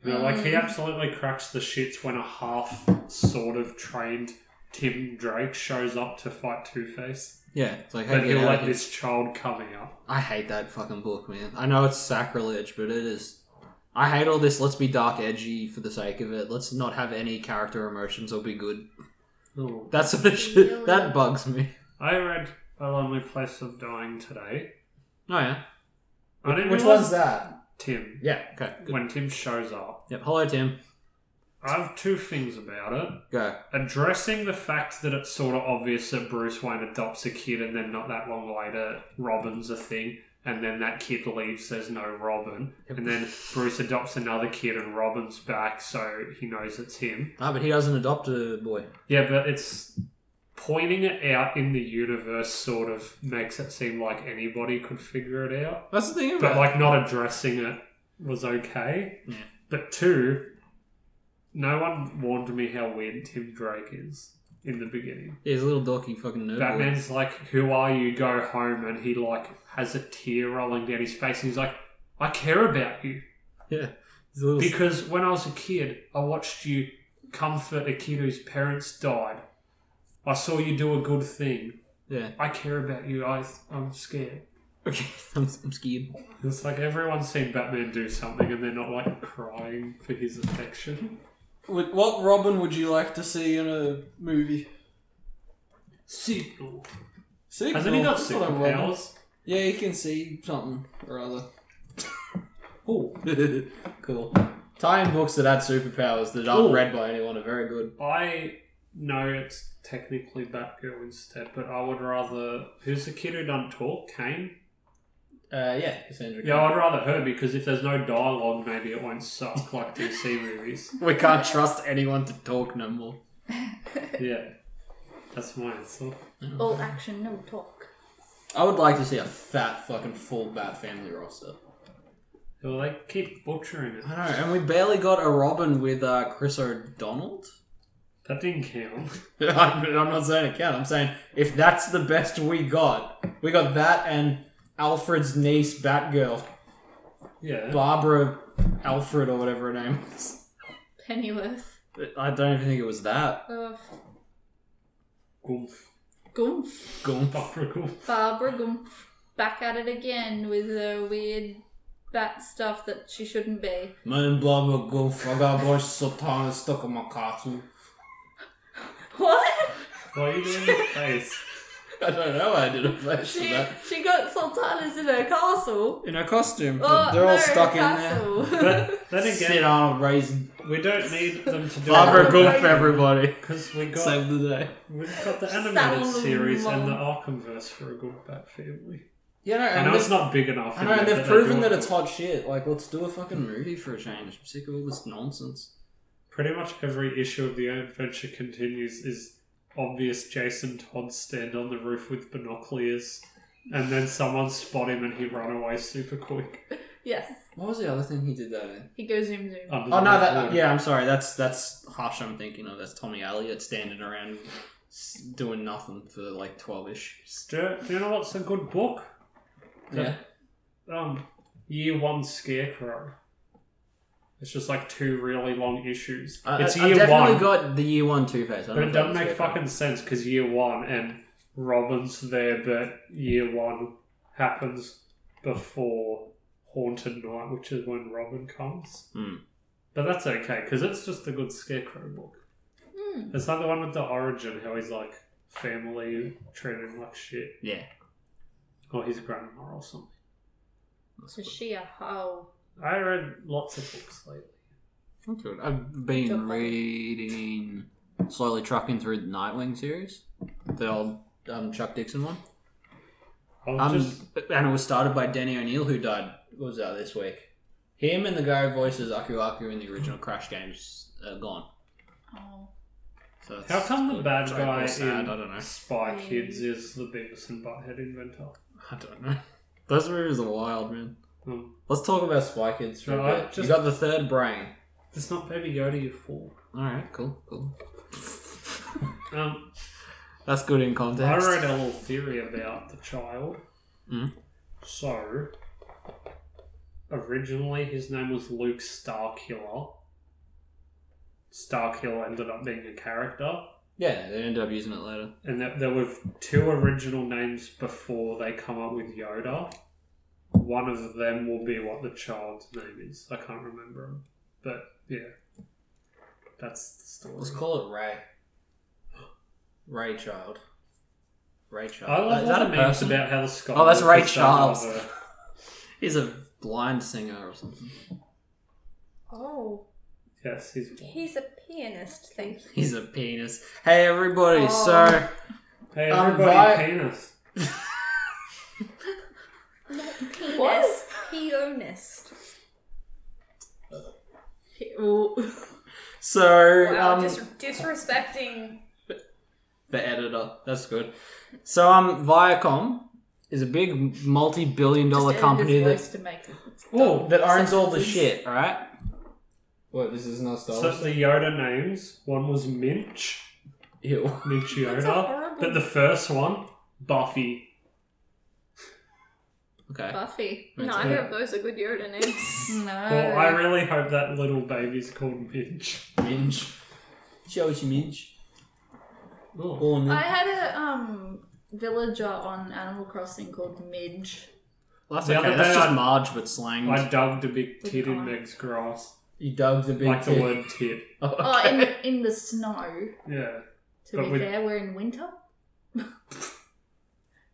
You know, like he absolutely cracks the shits when a half sort of trained Tim Drake shows up to fight Two Face, Yeah, it's like but hey, he'll get out of let here. this child coming up. I hate that fucking book, man. I know it's sacrilege, but it is. I hate all this. Let's be dark, edgy for the sake of it. Let's not have any character emotions or be good. Ooh. That sort of shit that bugs me. I read A Lonely Place of Dying today. Oh yeah, I didn't which realise one's that? Tim. Yeah, okay, good. When Tim shows up, Yep. Hello, Tim. I have two things about it. Go. Addressing the fact that it's sort of obvious that Bruce Wayne adopts a kid and then not that long later, Robin's a thing. And then that kid leaves, there's no Robin. And then Bruce adopts another kid and Robin's back, so he knows it's him. Ah, but he doesn't adopt a boy. Yeah, but it's pointing it out in the universe sort of makes it seem like anybody could figure it out. That's the thing about but like not addressing it was okay. Yeah. But two, no one warned me how weird Tim Drake is in the beginning. He's a little dorky fucking nerd. boy. Batman's like, "Who are you? Go home," and he like has a tear rolling down his face, and he's like, "I care about you Yeah. He's a little. because when I was a kid, I watched you comfort a kid whose parents died. I saw you do a good thing. yeah. I care about you. I I'm scared." Okay. I'm, I'm scared. It's like everyone's seen Batman do something and they're not like crying for his affection. What Robin would you like to see in a movie? Signal. Signal. Hasn't he got superpowers? Yeah, you can see something or other. Oh, cool. Tie-in books that add superpowers that aren't Ooh. read by anyone are very good. I know it's technically Batgirl instead, but I would rather. Who's the kid who doesn't talk? Kane? Uh, yeah, Cassandra. Yeah, I'd rather her because if there's no dialogue, maybe it won't suck like DC movies. We can't trust anyone to talk no more. Yeah. That's my answer. All action, no talk. I would like to see a fat fucking full Bat family roster. Well, they keep butchering it. I know, and we barely got a Robin with uh, Chris O'Donnell. That didn't count. I'm I'm not saying it count. I'm saying if that's the best we got, we got that and Alfred's niece, Batgirl, Yeah. Barbara Alfred or whatever her name is. Pennyworth. I don't even think it was that. Uh, Goomph. Gumpf. Goomp. Barbara Goomph. Barbara Gumpf. Back at it again with her weird bat stuff that she shouldn't be. Man, blah blah goof. I got a bunch of sultana stuck on my castle. What? Why are you doing your face? I don't know why I did a flash for She, that. she got sultanas in her castle. In her costume. Oh, They're no, all stuck in there. castle. But then Sit again, on a raisin. we don't need them to do Barbara Good Goop, everybody. because we got Save the day. we've got the Salon. animated series and the Arkhamverse for a good bat family. Yeah, no, I and know this- it's not big enough. I know, in and that they've they do proven it. that Hmm. it's hot shit. Like, let's do a fucking movie for a change. I'm sick of all this nonsense. pretty much every issue of the adventure continues is obvious Jason Todd stand on the roof with binoculars, and then someone spot him and he run away super quick. yes. What was the other thing he did that in? He goes zoom zoom. under Oh the no, red that balloon. yeah. I'm sorry. That's that's harsh. I'm thinking of that's Tommy Elliot standing around s- doing nothing for like twelve issues. Do, do you know what's a good book? Yeah. Um, Year One Scarecrow. It's just like two really long issues. I, it's I, I year definitely one, got the year one Two Face. but it doesn't make fucking sense because year one and Robin's there, but year one happens before Haunted Night, which is when Robin comes. Hmm. But that's okay because it's just a good Scarecrow book. Hmm. It's like the one with the origin, how he's like family treated him like shit, Yeah. or his grandma or something. So she a hoe. I read lots of books lately. That's good. I've been reading slowly trucking through the Nightwing series, the old um, Chuck Dixon one. I was Um, just and it was started by Danny O'Neill, who died. What was that this week? Him and the guy who voices Aku Aku in the original Crash games are gone. Oh. So that's how come the good. bad So guy it's sad, in I don't know. Spy Kids is the Beavis and Butthead inventor? I don't know. Those movies are wild, man. Um, Let's talk about Spy Kids for No, a I bit. just- You got the third brain. it's not Baby Yoda, you fool. All right, cool, cool. Um, That's good in context. I read a little theory about the child. Mm. So, originally his name was Luke Starkiller. Starkiller ended up being a character, Yeah, they ended up using it later. and that there were two original names before they come up with Yoda. One of them will be what the child's name is. I can't remember, 'em. but yeah, that's the story. Let's call it Ray. Ray Child. Ray Child. I love is all that the a memes person? about how the Scott. Oh, that's Lucas Ray doesn't Charles. have a- He's a blind singer or something. Oh. Yes, he's. He's a pianist, thank you. He's a penis. Hey everybody, Oh. so Hey, Um, everybody, Vi- penis. Penis. What? Pianist. oh. Ooh. so Wow, um dis- disrespecting. the editor. That's good. So um Viacom is a big multi-billion dollar Just edit company his that voice to make it. Oh, that owns all the sentences. shit, alright? What, this is not so the Yoda names. One was Minch, Ew. Minch That's Yoda. horrible. But the first one, Buffy. Okay. Uh. Buffy. That's Neither good. of those are good Yoda names. No. Well, I really hope that little baby's called Minch. Minge. Show us your minge. Oh. Or I Well, had a um villager on Animal Crossing called Midge. That's The okay. other That's day just I- Marge but slang. I dubbed a big tit in God. Meg's grass. He dug's a big like tit. the word tit. Oh, Oh, okay. in the, in the snow. Yeah. To But be with- fair, we're in winter.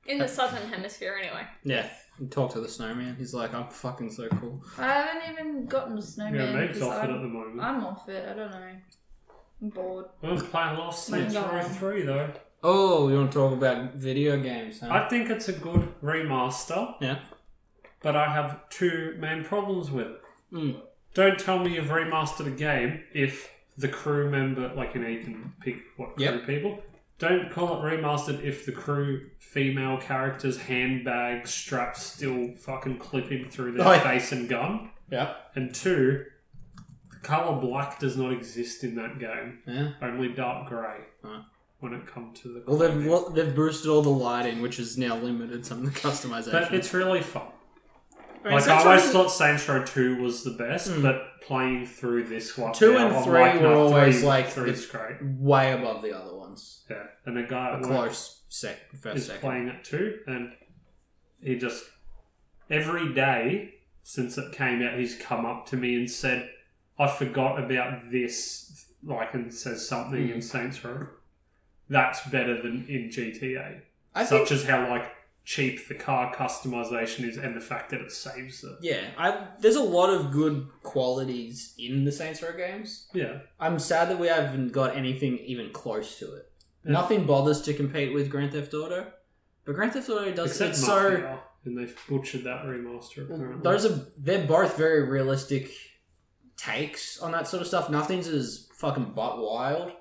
In the southern hemisphere, anyway. Yeah. Talk to the snowman. He's like, I'm fucking so cool. I haven't even gotten a yeah, snowman. Meg's because off it at I'm, the moment. Oh, I'm off it. I don't know. I'm bored. We're playing Lost Saints No. Row 3 though. Oh, you want to talk about video games, huh? I think it's a good remaster, yeah. but I have two main problems with it. Mm. Don't tell me you've remastered a game if the crew member, like you know, you can pick what crew Yep. people. Don't call it remastered if the crew female characters' handbag straps still fucking clipping through their Oh, yeah. face and gun. Yeah. And two, the color black does not exist in that game. Yeah. Only dark grey. Huh. When it comes to the Well, they've clothing. well, they've boosted all the lighting, which has now limited some of the customization. but it's really fun. I mean, Like I Saints always Row- thought Saints Row Two was the best, Mm. but playing through this one, Two now, and I'm three like, were "No, always, three- like, three's great. way above the other ones. Yeah, and the guy A at work close sec, first is second. playing it too, and he just every day since it came out, he's come up to me and said, "I forgot about this," Hmm. like, and says something in Saints Row. That's better than in GTA. I such think, as how like cheap the car customization is and the fact that it saves it. yeah, I, there's a lot of good qualities in the Saints Row games. Yeah, I'm sad that we haven't got anything even close to it. Yeah. Nothing bothers to compete with Grand Theft Auto, but Grand Theft Auto does except it's so. Mafia, and they've butchered that remaster. Apparently, Those are they're both very realistic takes on that sort of stuff. Nothing's as fucking butt wild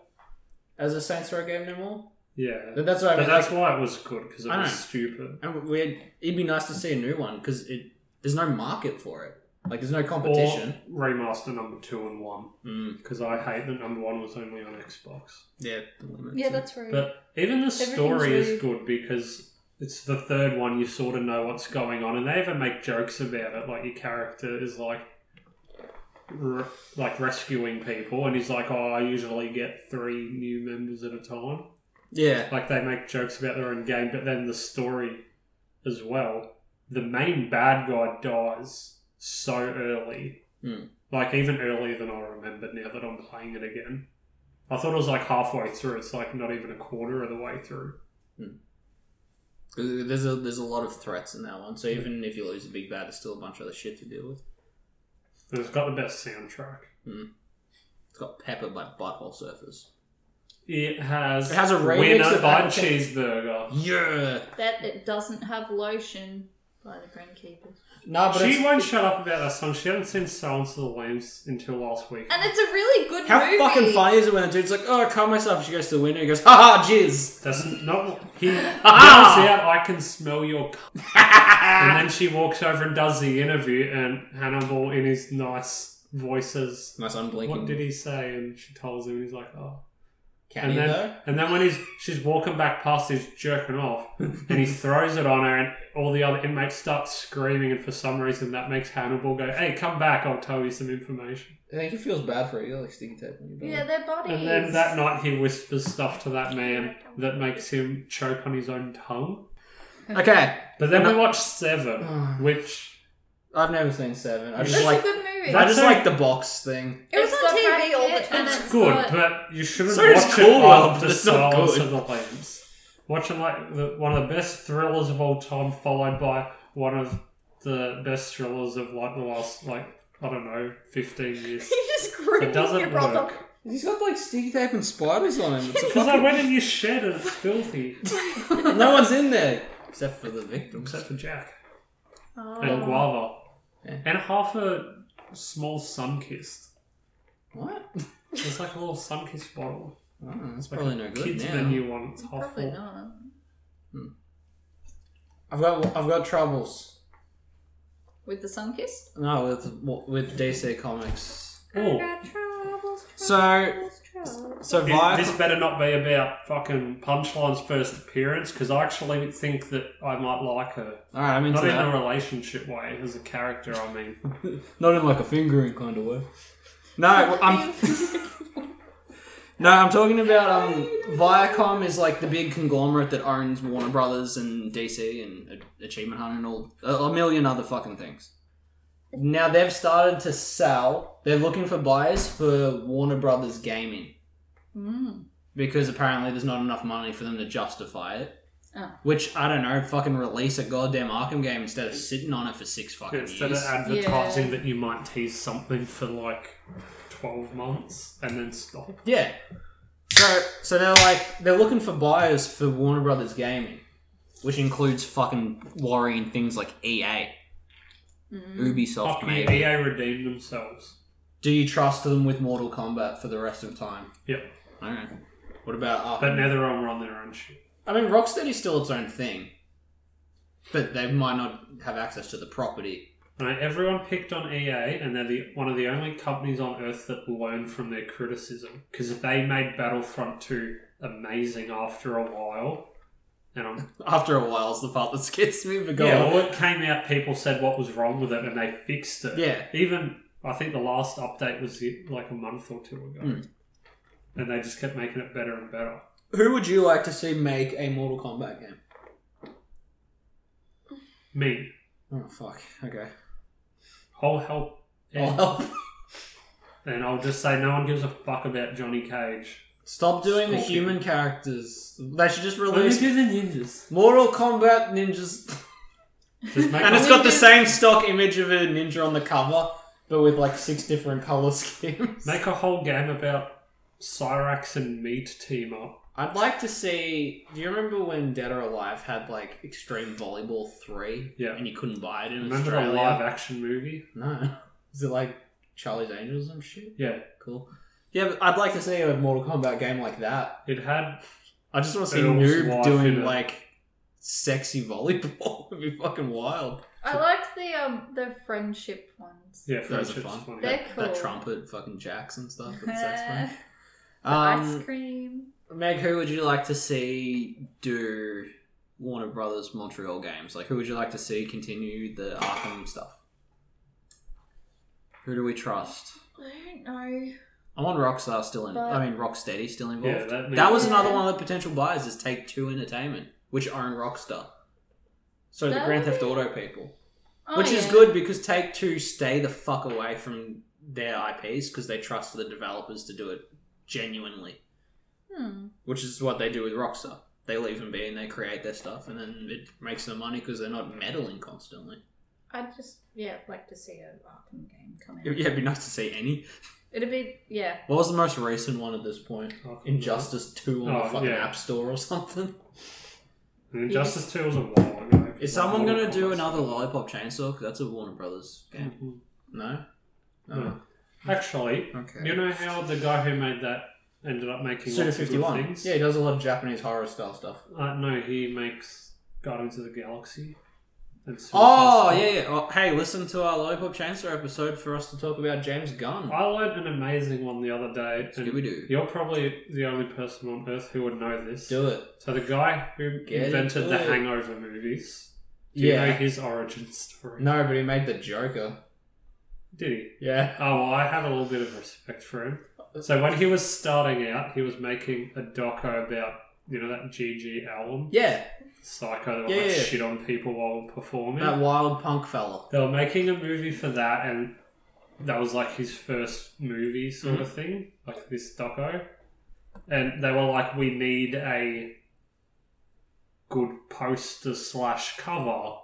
as a Saints Row game anymore. yeah, But that's what I but mean. that's why it was good because it I was know. stupid. And we it'd be nice to see a new one because it there's no market for it. Like there's no competition. Or remaster number two and one Mm, because I hate that number one was only on Xbox. yeah, the limits. Yeah, that's right. But even the Everything's story is really- good because it's the third one you sort of know what's going on, and they even make jokes about it. Like your character is like, r like rescuing people, and he's like, "Oh, I usually get three new members at a time." yeah. Like they make jokes about their own game, but then the story as well. The main bad guy dies so early, Hmm. like even earlier than I remember. Now that I'm playing it again, I thought it was like halfway through. It's like not even a quarter of the way through. There's a there's a lot of threats in that one. So even if you lose a big bad, there's still a bunch of other shit to deal with. And it's got the best soundtrack. It's got Pepper by Butthole Surfers. It has It has a remix winner of by Apple Pie. cheeseburger. Yeah. That it doesn't have lotion by the Grimkeepers. No, but She it's- won't shut up about that song. She hadn't seen Silence of the Lambs until last week. and it's a really good how movie. fucking funny is it when the dude's like, "Oh, I cut myself." She goes to the window. He goes, "Ha ha, jizz." Doesn't not he yells Ah! out, "I can smell your." c-" and then she walks over and does the interview, and Hannibal in his nice voices. Nice unblinking. What did he say? And she tells him, he's like, "Oh." Can And you then, though? and then when he's she's walking back past, he's jerking off, and he throws it on her, and all the other inmates start screaming, and for some reason that makes Hannibal go, "Hey, come back! I'll tell you some information." I think he feels bad for it. You got like sticky tape on your belly. Yeah, their bodies. And then that night, he whispers stuff to that man that makes him choke on his own tongue. Okay, But then we No. watched Seven, which I've never seen Seven. I It's just It's like a good movie. That- I just That's like the box thing. it was It's on got TV all the Brad Pitt time. and it's it's good, got- but you shouldn't So does watch Cool it World, after but it's not Silence good. of the Lambs. Watching like the, one of the best thrillers of all time, followed by one of the best thrillers of like the last like I don't know fifteen years. you just grew It your doesn't brother. work He's got like sticky tape and spiders on him. It's a because I fucking... went in your shed and it's filthy, no one's in there except for the victims. except for Jack Oh. and Guava, Yeah. and half a small sun kissed. What? It's like a little sun kissed bottle. Oh, that's It's like probably a no good kids now. menu one. It's half full. Probably not. I've got I've got troubles. With the sun kiss? No, with with DC Comics. Oh, So so Is- Viacom. this better not be about fucking Punchline's first appearance because I actually think that I might like her. All right, I'm into Not in that. a relationship way, as a character, I mean. Not in like a fingering kind of way. No, I'm. No, I'm talking about um, Viacom is like the big conglomerate that owns Warner Brothers and DC and A- Achievement Hunter and all a, a million other fucking things. Now they've started to sell. They're looking for buyers for Warner Brothers gaming Mm. because apparently there's not enough money for them to justify it. Oh. Which I don't know. Fucking release a goddamn Arkham game instead of sitting on it for six fucking Instead of years. advertising Yeah. that you might tease something for like 12 months and then stop. Yeah. So so they're like they're looking for buyers for Warner Brothers Gaming, which includes fucking worrying things like EA, Mm. Ubisoft, Fuck E you, maybe. EA redeemed themselves. Do you trust them with Mortal Kombat for the rest of time? Yep. All right. What about But Arkham? now they're on, their own shit. I mean, Rocksteady's still its own thing, but they might not have access to the property. I mean, everyone picked on EA, and they're the, one of the only companies on Earth that learn from their criticism because they made Battlefront 2 amazing after a while. And I'm After a while, is the part that scares me. But go yeah, on. well, it came out. People said what was wrong with it, and they fixed it. Yeah. Even I think the last update was like a month or two ago, Mm. and they just kept making it better and better. Who would you like to see make a Mortal Kombat game? Me, Oh fuck. Okay. I'll help, I'll help. and I'll just say no one gives a fuck about Johnny Cage. Stop doing the Scorpion. human characters. They should just Let me release do the ninjas. Mortal Kombat ninjas. Just make And a- it's got the same stock image of a ninja on the cover, but with like six different color schemes. Make a whole game about Cyrax and Meat team up. I'd like to see. Do you remember when Dead or Alive had like Extreme Volleyball Three? Yeah. and you couldn't buy it in Remember the Australia. live action movie? No, is it like Charlie's Angels and shit? Yeah, Cool. Yeah, but I'd like to see a Mortal Kombat game like that. it had. I just want to see Earl's Noob wife in doing it. like sexy volleyball. It'd be fucking wild. I like the um the friendship ones. Yeah, Those are friendships fun. funny. They're that, that cool. trumpet, fucking jacks and stuff. That's, that's fun. the Um, ice cream. Meg, who would you like to see do Warner Brothers Montreal games? Like, who would you like to see continue the Arkham stuff? Who do we trust? I don't know. I want Rockstar still in. But- I mean, Rocksteady still involved. Yeah, that, that, means- was another Yeah. one of the potential buyers is Take Two Entertainment, which own Rockstar. So the That Grand would Theft be- Auto people, Oh, which is yeah. good because Take Two stay the fuck away from their IPs because they trust the developers to do it genuinely Hmm. which is what they do with Rockstar. They leave them be and they create their stuff, and then it makes them money because they're not meddling constantly. I'd just yeah like to see a Arkham game come out. It- Yeah, it'd be nice to see any. It'd be yeah. What was the most recent one at this point? Injustice Two on the Oh, fucking yeah. App Store or something. And Injustice Two was a while ago. Is someone gonna do another Lollipop Chainsaw? 'Cause that's a Warner Brothers game. Mhm. No. No. Actually, Okay. you know how the guy who made that ended up making Suda lots of Fifty good One. things. Yeah, he does a lot of Japanese horror style stuff. Uh, no, he makes Guardians of the Galaxy. And Suicide Oh Squad. yeah, yeah. Oh, hey, listen to our Lollipop Chainsaw episode for us to talk about James Gunn. I learned an amazing one the other day. and Scooby Doo. You're probably the only person on earth who would know this. Do it. So the guy who Get invented the into it. Hangover movies. Do Yeah. you know his origin story? No, but he made the Joker. Did he? Yeah. Oh, well, I have a little bit of respect for him. So when he was starting out, he was making a doco about you know that GG Allen Yeah, psycho that would Yeah, like yeah. shit on people while performing. that wild punk fella. They were making a movie for that, and that was like his first movie sort of thing, like this doco. And they were like, "We need a good poster slash cover."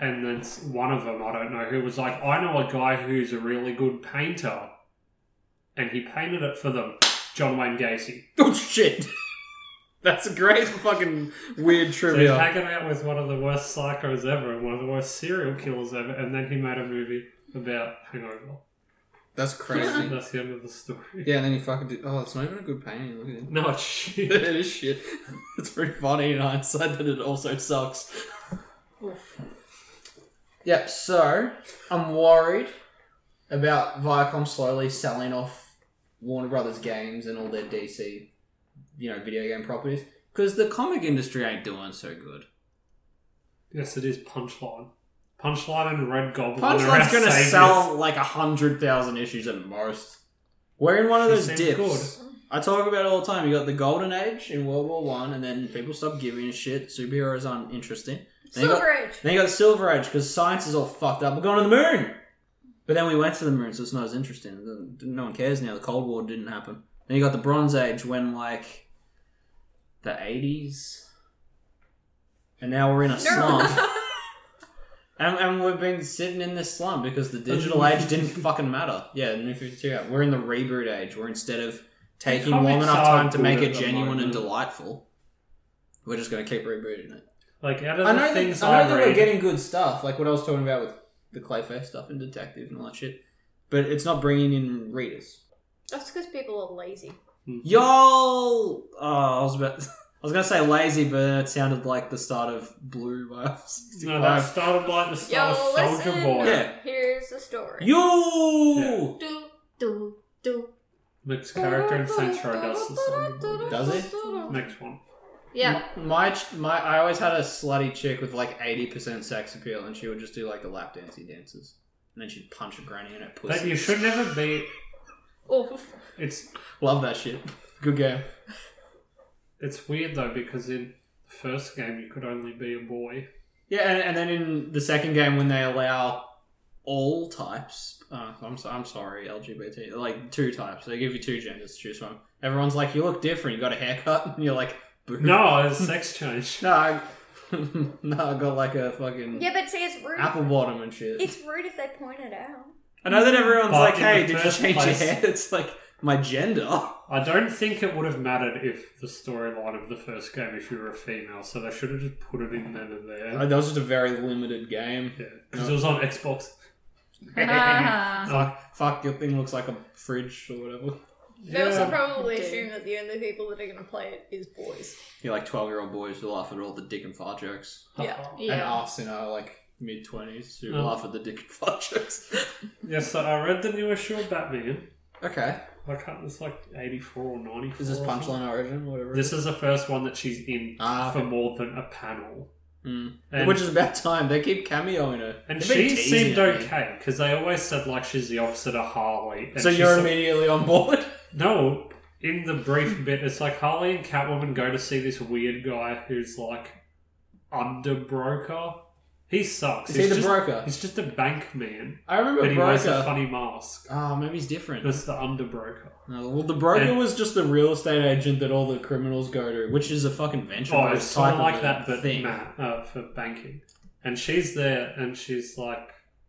And then s- one of them, I don't know who, was like, "I know a guy who's a really good painter," and he painted it for them. John Wayne Gacy. Oh shit! That's a great fucking weird So he's trivia. hanging out with one of the worst psychos ever, one of the worst serial killers ever, and then he made a movie about Hangover. That's crazy. That's the end of the story. yeah, and then he fucking did. Oh, it's not even a good painting. Look at him. No, it's shit. it is shit. It's pretty funny in hindsight that it also sucks. Yep. So I'm worried about Viacom slowly selling off Warner Brothers games and all their DC, you know, video game properties because the comic industry ain't doing so good. Yes, it is Punchline. Punchline and Red Goblin. are our Punchline's gonna saviors. sell like a hundred thousand issues at most. We're in one of She those seems dips. good. I talk about it all the time. You got the golden age in World War One, and then people stopped giving a shit. Superheroes aren't interesting. Then you got, Silver Age. then you got silver age because science is all fucked up. We're going to the moon, but then we went to the moon, so it's not as interesting. No one cares now. The Cold War didn't happen. Then you got the Bronze Age when like the eighties, and now we're in a slump. And, and we've been sitting in this slum because the digital new age didn't fucking matter. Yeah, the new 52. yeah. We're in the reboot age where instead of taking Comics long enough are time to good make at it the genuine and moment. delightful, we're just going to keep rebooting it. Like out of I the know, things that, I know I that read, we're getting good stuff, like what I was talking about with the Clayface stuff and Detective and all that shit, but it's not bringing in readers. That's because people are lazy. hmm. Y'all. Oh, I was about. I was gonna say lazy, but it sounded like the start of Blue by Alpha 65. no, that started like the start Yo, of Soldier listen. Boy. Yeah. Here's the story. You. Yeah. Do do do. Nick's character in Saints Row does the Soldier Boy. Does he? Next one. Yeah. My ch- my I always had a slutty chick with like eighty percent sex appeal, and she would just do like the lap dancey dances, and then she'd punch a granny in her pussy. That you should never be. Oh, It's Love that shit. Good game. it's weird though because in the first game you could only be a boy. Yeah, and, and then in the second game when they allow all types. Uh, I'm so, I'm sorry, LGBT. Like two types. They give you two genders to choose from. Everyone's like, you look different. You got a haircut, and you're like, boo. No, it's sex change. no, I, no, I got like a fucking Yeah, but see, it's rude. apple bottom and shit. It's rude if they point it out. I know that everyone's But like, in hey, the did you first change place- your hair? It's like my gender. I don't think it would have mattered if the storyline of the first game if you were a female, so they should have just put it in then and Uh, there. That was just a very limited game. Yeah, because it was on Xbox. Ah. Fuck, fuck, your thing looks like a fridge or whatever. They also probably Dude. assume that the only people that are going to play it is boys. You're like 12 year old boys who laugh at all the dick and fart jokes. Yeah. And yeah. us in our like mid 20s who Oh. laugh at the dick and fart jokes. Yes, so I read the new issue of Batman. okay. I can't. It's like eighty four or ninety four. Is this Punchline Origin or whatever? it This is the first one that she's in Ah, for okay. more than a panel, Mm. and, Which is about time. They keep cameoing her. and They've been she teasing seemed it, man. okay because they always said like she's the opposite of Harley. And So she's you're the- immediately on board? No, in the brief bit, it's like Harley and Catwoman go to see this weird guy who's like under broker. He sucks. Is he He's the just, broker? He's just a bank man, I but remember he wears a broker. funny mask. Oh, maybe he's different. That's the under broker. No, well, the broker And- was just the real estate agent that all the criminals go to, which is a fucking venture. Oh, type it's sort of a like that, but thing. Matt, uh, for banking. And she's there, and she's like,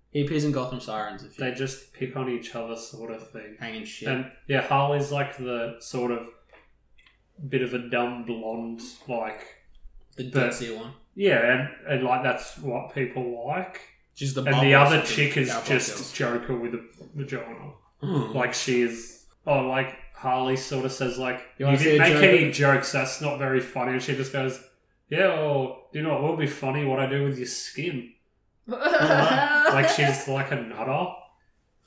He appears in Gotham Sirens if you they just pick on each other, sort of thing. hanging shit. And yeah, Harley's like the sort of bit of a dumb blonde, like the but- ditzy one. Yeah, and, and like that's what people like. She's the And bubble the other of chick is Cowboy just Girls. Joker with a vagina. Hmm. Like she is, or like Harley sort of says, like you, You wanna see a didn't make Joker?" any jokes. That's not very funny. And she just goes, "Yeah, well, you know what will be funny? What I do with your skin." uh, Like she's like a nutter,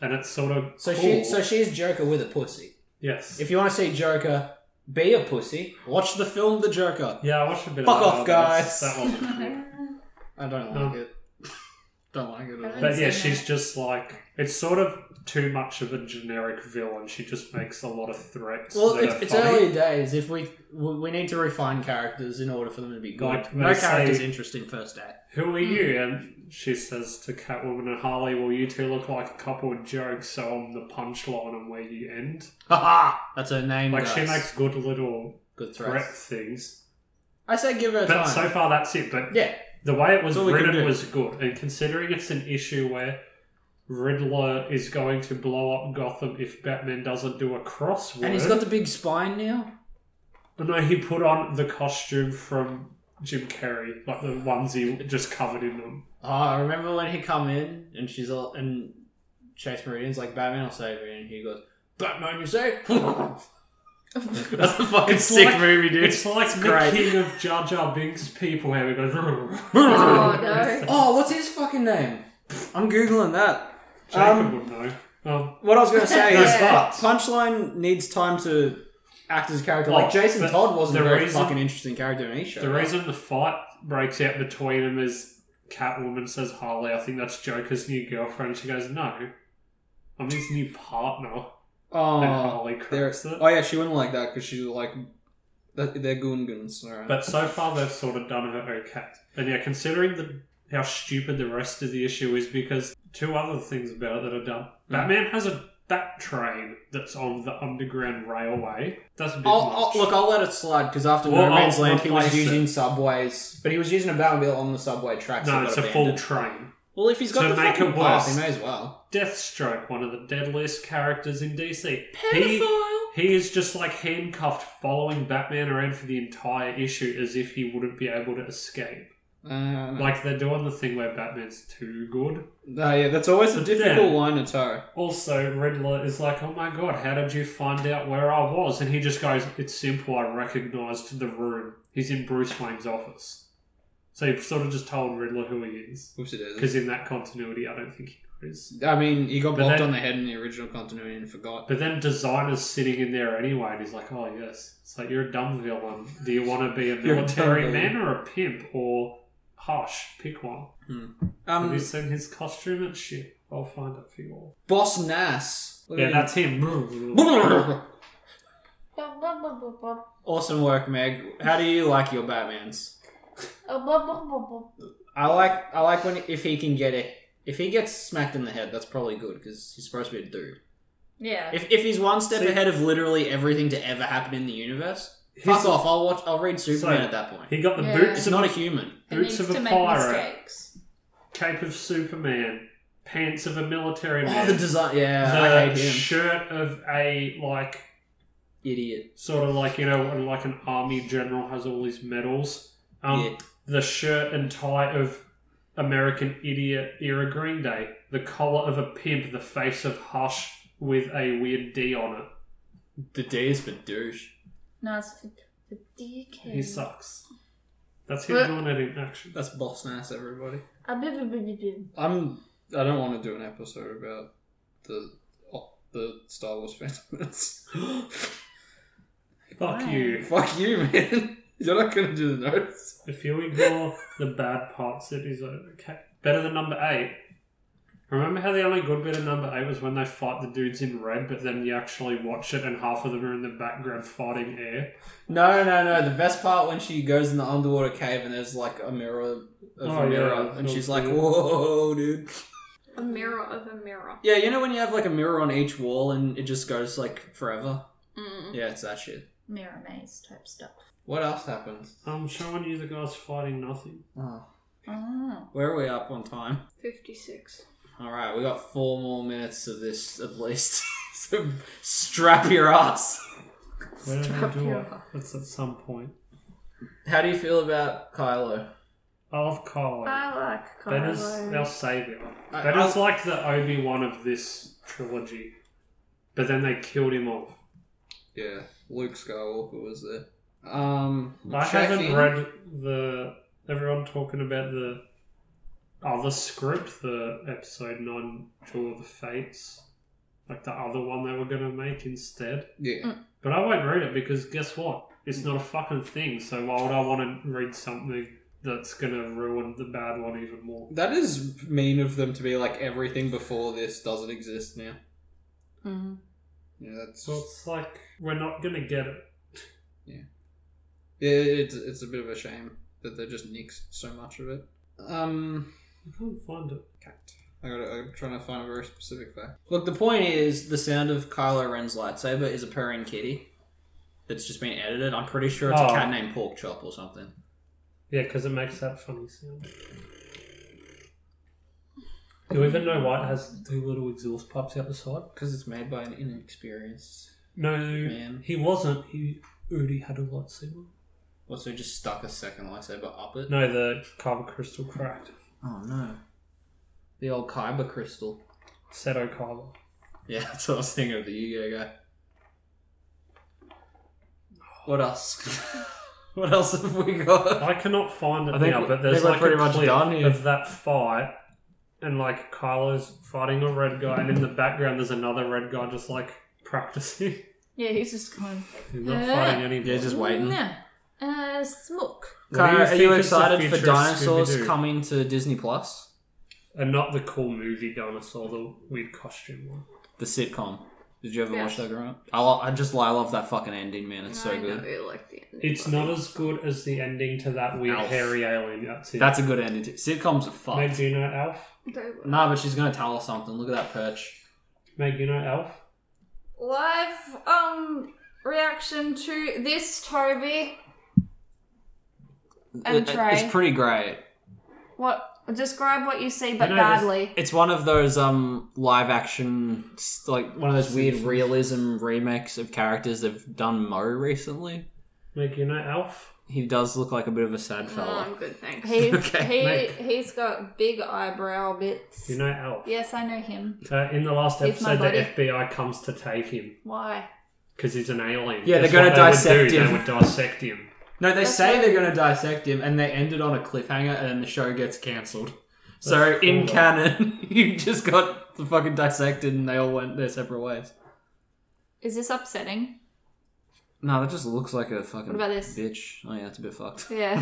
and it's sort of so cool. she so she's Joker with a pussy. yes. If you want to see Joker be a pussy, watch the film The Joker. yeah, I watched a bit. Fuck of that, off, but that's- guys. That wasn't cool. I don't No. like it. Don't like it. At all. Haven't But yeah, seen she's it. just like it's sort of too much of a generic villain. She just makes a lot of threats. Well, that it's, are it's funny. early days. If we we we need to refine characters in order for them to be good. Like, no they say- characters interesting first day. Who Hmm. are you? And she says to Catwoman and Harley, "Well, you two look like a couple of jokes, so I'm the punchline and where you end." Haha! That's her name. Like she guys. makes good little good threat threats. things, I say give her but time. so far that's it. But yeah, the way it was That's all we can do. written was good, and considering it's an issue where. Riddler is going to blow up Gotham if Batman doesn't do a crossword. and he's got the big spine now. But no, he put on the costume from Jim Carrey, like the onesie just covered in them. Oh, I remember when he come in and she's all and Chase Meridian's like Batman will save you, and he goes Batman, you say? That's a fucking It's sick like- movie, dude. It's like the great. king of Jar Jar Binks people where he goes. oh, no. what's his fucking name? I'm googling that. Jacob Um, would know. Um, What I was gonna say No, is but- Punchline needs time to act as a character. Well, Like Jason but Todd wasn't a the very reason- fucking interesting character in any show. the reason the fight breaks out between them is Catwoman says Harley, I think that's Joker's new girlfriend. She goes, No, I'm his new partner. oh, and Harley They're- cracks it. oh yeah, she wouldn't like that because she's like, th- they're goon goons. All right. But so far, they've sort of done her okay. And yeah, considering the how stupid the rest of the issue is, because two other things about it that are dumb. Hmm. Batman has a bat train that's on the underground railway. That's a bit I'll, much. I'll, Oh, look, I'll let it slide because after Well, No Man's I'll Land, he was replace it. using subways, but he was using a Batmobile on the subway tracks. no, that it's a got full abandoned. train. well, if he's got to the make it fucking pass, worse. he may as well. Deathstroke, one of the deadliest characters in DC. He, he is just like handcuffed following Batman around for the entire issue as if he wouldn't be able to escape. Uh, Like they're doing the thing where Batman's too good. no, yeah, that's always a But difficult then- line to toe. Also, Riddler is like, "Oh my god, how did you find out where I was?" And he just goes, "It's simple. I recognized the room. He's in Bruce Wayne's office." So he sort of just told Riddler who he is, Whoops, it is. because in that continuity, I don't think he is. I mean, he got But blocked then- on the head in the original continuity and forgot. But then Designer's sitting in there anyway, and he's like, "Oh yes." It's like you're a dumb villain. Do you want to be a You're a dumb military villain. man or a pimp or hush? Pick one. Have you Um, seen his costume? It's shit. I'll find it for you all. Boss Nass. Look Yeah, at that's him. him. Blah, blah, blah, blah, blah. awesome work, Meg. How do you like your Batman's? Uh, blah, blah, blah, blah. I like I like when if he can get it If he gets smacked in the head, that's probably good because he's supposed to be a dude. Yeah. If, if he's one step See- ahead of literally everything to ever happen in the universe, He's- fuck off. I'll watch. I'll read Superman at that point. He got the Yeah. boots It's of not a a human. It Boots needs of a to make pirate. mistakes. cape of Superman, pants of a military Oh, man, the design. Yeah, I the hate him. shirt of a like Idiot. sort of like you know when like an army general has all his medals. Um, yeah. the shirt and tie of American Idiot era Green Day, the collar of a pimp, the face of Hush with a weird D on it. The D is for douche. No, it's for for DK. He sucks. That's him But- doing it in action. That's boss ass, everybody. A bit, bit, bit, bit, bit. I'm. I don't want to do an episode about the oh, the Star Wars Phantom Menace. Fuck Why? you. Fuck you, man. You're not gonna do the notes. If you ignore the bad parts, it is okay. Better than number eight. Remember how the only good bit of number eight was when they fight the dudes in red, but then you actually watch it and half of them are in the background fighting air? No, no, no. The best part when she goes in the underwater cave and there's like a mirror of Oh, a mirror, yeah. and she's like, "Whoa, dude." A mirror of a mirror. Yeah, you know when you have like a mirror on each wall and it just goes like forever. Mm. Yeah, it's that shit. Mirror maze type stuff. What else happened? I'm showing you the guys fighting nothing. Oh, Oh. where are we up on time? 56. All right, we got four more minutes of this at least. so strap your ass. Where did they Strap do your it? It's at some point. How do you feel about Kylo? I love Kylo. I like Oh, Benner's our Kylo. savior. I- Benner's like the Obi Wan of this trilogy, but then they killed him off. Yeah, Luke Skywalker was there. Um, I haven't read the everyone talking about the other script, the episode nine Jewel of the Fates, like the other one they were gonna make instead. Yeah, But I won't read it because guess what? It's not a fucking thing. So why would I want to read something that's gonna ruin the bad one even more? that is mean of them to be like everything before this doesn't exist now. Mm. Yeah, that's So it's like we're not gonna get it. yeah, it's it's a bit of a shame that they just nixed so much of it. Um, I can't find it. I gotta, I'm trying to find a very specific fact. Look, the point is the sound of Kylo Ren's lightsaber is a purring kitty that's just been edited. I'm pretty sure it's Oh. a cat named Pork Chop or something. Yeah, because it makes that funny sound. Do you even know why it has two little exhaust pipes out the side? Because it's made by an inexperienced. No, Man. he wasn't. He already had a lightsaber. What, so he just stuck a second lightsaber up it? No, the carbon crystal cracked. Oh no. The old Kyber crystal. Seto carbon. Yeah, that's what I was thinking of the Yu-Gi-Oh guy. What else? what else have we got? I cannot find it I think now, we- but I there's think we're like pretty a much clip done here. of that fight, and like Kylo's fighting a red guy, and in the background there's another red guy just like practicing. Yeah, he's just going. He's not Yeah. fighting anybody. Yeah, just waiting. Mm, Yeah. Uh, smoke. What do you Kara, are think you is the excited future for of dinosaurs Scooby-Doo? coming to Disney Plus? and not the cool movie dinosaur, the weird costume one. The sitcom. Did you ever Yeah. watch that growing up? I, lo- I just I love that fucking ending, man. It's so I good. Know, like the ending. It's not as good as the ending to that weird Alf. hairy alien. That's it. That's a good ending. Too. Sitcoms are Meg, fucked. do you know Alf? They were. Nah, but she's gonna tell us something. Look at that perch. Meg, you know Alf? Live um reaction to this, Toby. And It- Trey. It's pretty great. What? Describe what you see, but You know, there's- badly. It's one of those um live action, s- like one of those weird Simpsons. realism remakes of characters they've done Mo recently. Meg, you know Alf? He does look like a bit of a sad No, fella. I'm good, thanks. He's, Okay, he Nick. he's got big eyebrow bits. You know Alf? yes, I know him. Uh, in the last He's my episode, the buddy. FBI comes to take him Why? because he's an alien. Yeah, they're That's gonna what dissect would do. him. They would dissect him. No, they That's say what- they're going to dissect him, and they ended on a cliffhanger, and the show gets cancelled. So That's in cool. canon, you just got the fucking dissected, and they all went their separate ways. Is this upsetting? No, that just looks like a fucking What about this? bitch. Oh yeah, it's a bit fucked. Yeah.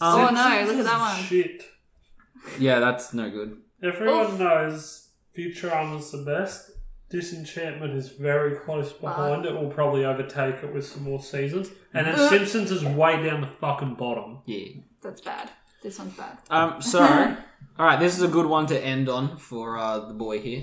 Um, oh no! Look at that one. Shit. Yeah, that's no good. Everyone Oof. knows Futurama's the best. Disenchantment is very close behind. It will probably overtake it with some more seasons. And Uh. then Simpsons is way down the fucking bottom. Yeah. That's bad. This one's bad. Um. So All right, this is a good one to end on for uh, the boy here,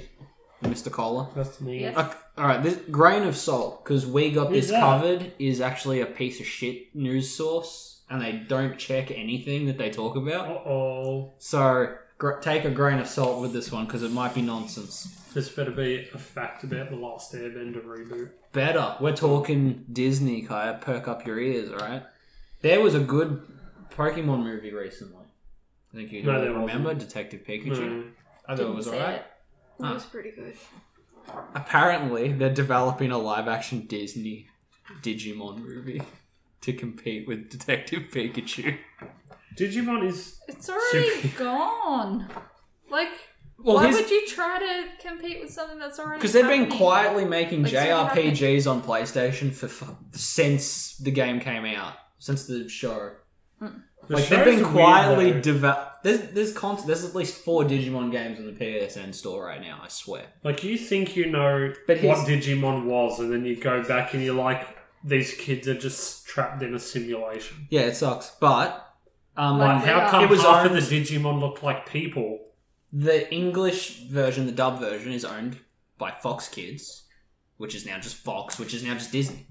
Mr. Kohler. That's me. Yes. Okay, all right, this grain of salt because we got Who's this that? covered is actually a piece of shit news source, and they don't check anything that they talk Uh about. oh. So gr- take a grain of salt with this one because it might be nonsense. This better be a fact about the Last Airbender reboot. Better, we're talking Disney, Kaya. Perk up your ears, all right? There was a good Pokemon movie recently. I think you No, all there remember wasn't. Detective No. Pikachu. I thought it was Didn't see alright. it. Ah. It was pretty good. Apparently, they're developing a live action Disney Digimon movie to compete with Detective Pikachu. Digimon is It's already gone. Like, Well, why here's- would you try to compete with something that's already? Because they've been happening? quietly making Like, so they have- JRPGs on PlayStation for fu- since the game came out, since the show. the like show's they've been weird, quietly though. developed. There's there's con- there's at least four Digimon games in the PSN store right now. I swear. Like you think you know But what Digimon was, and then you go back and you're like, these kids are just trapped in a simulation. Yeah, it sucks, but um, Like Like, they how are. come It was half of owned- the Digimon looked like people? the English version, the dub version, is owned by Fox Kids, which is now just Fox, which is now just Disney.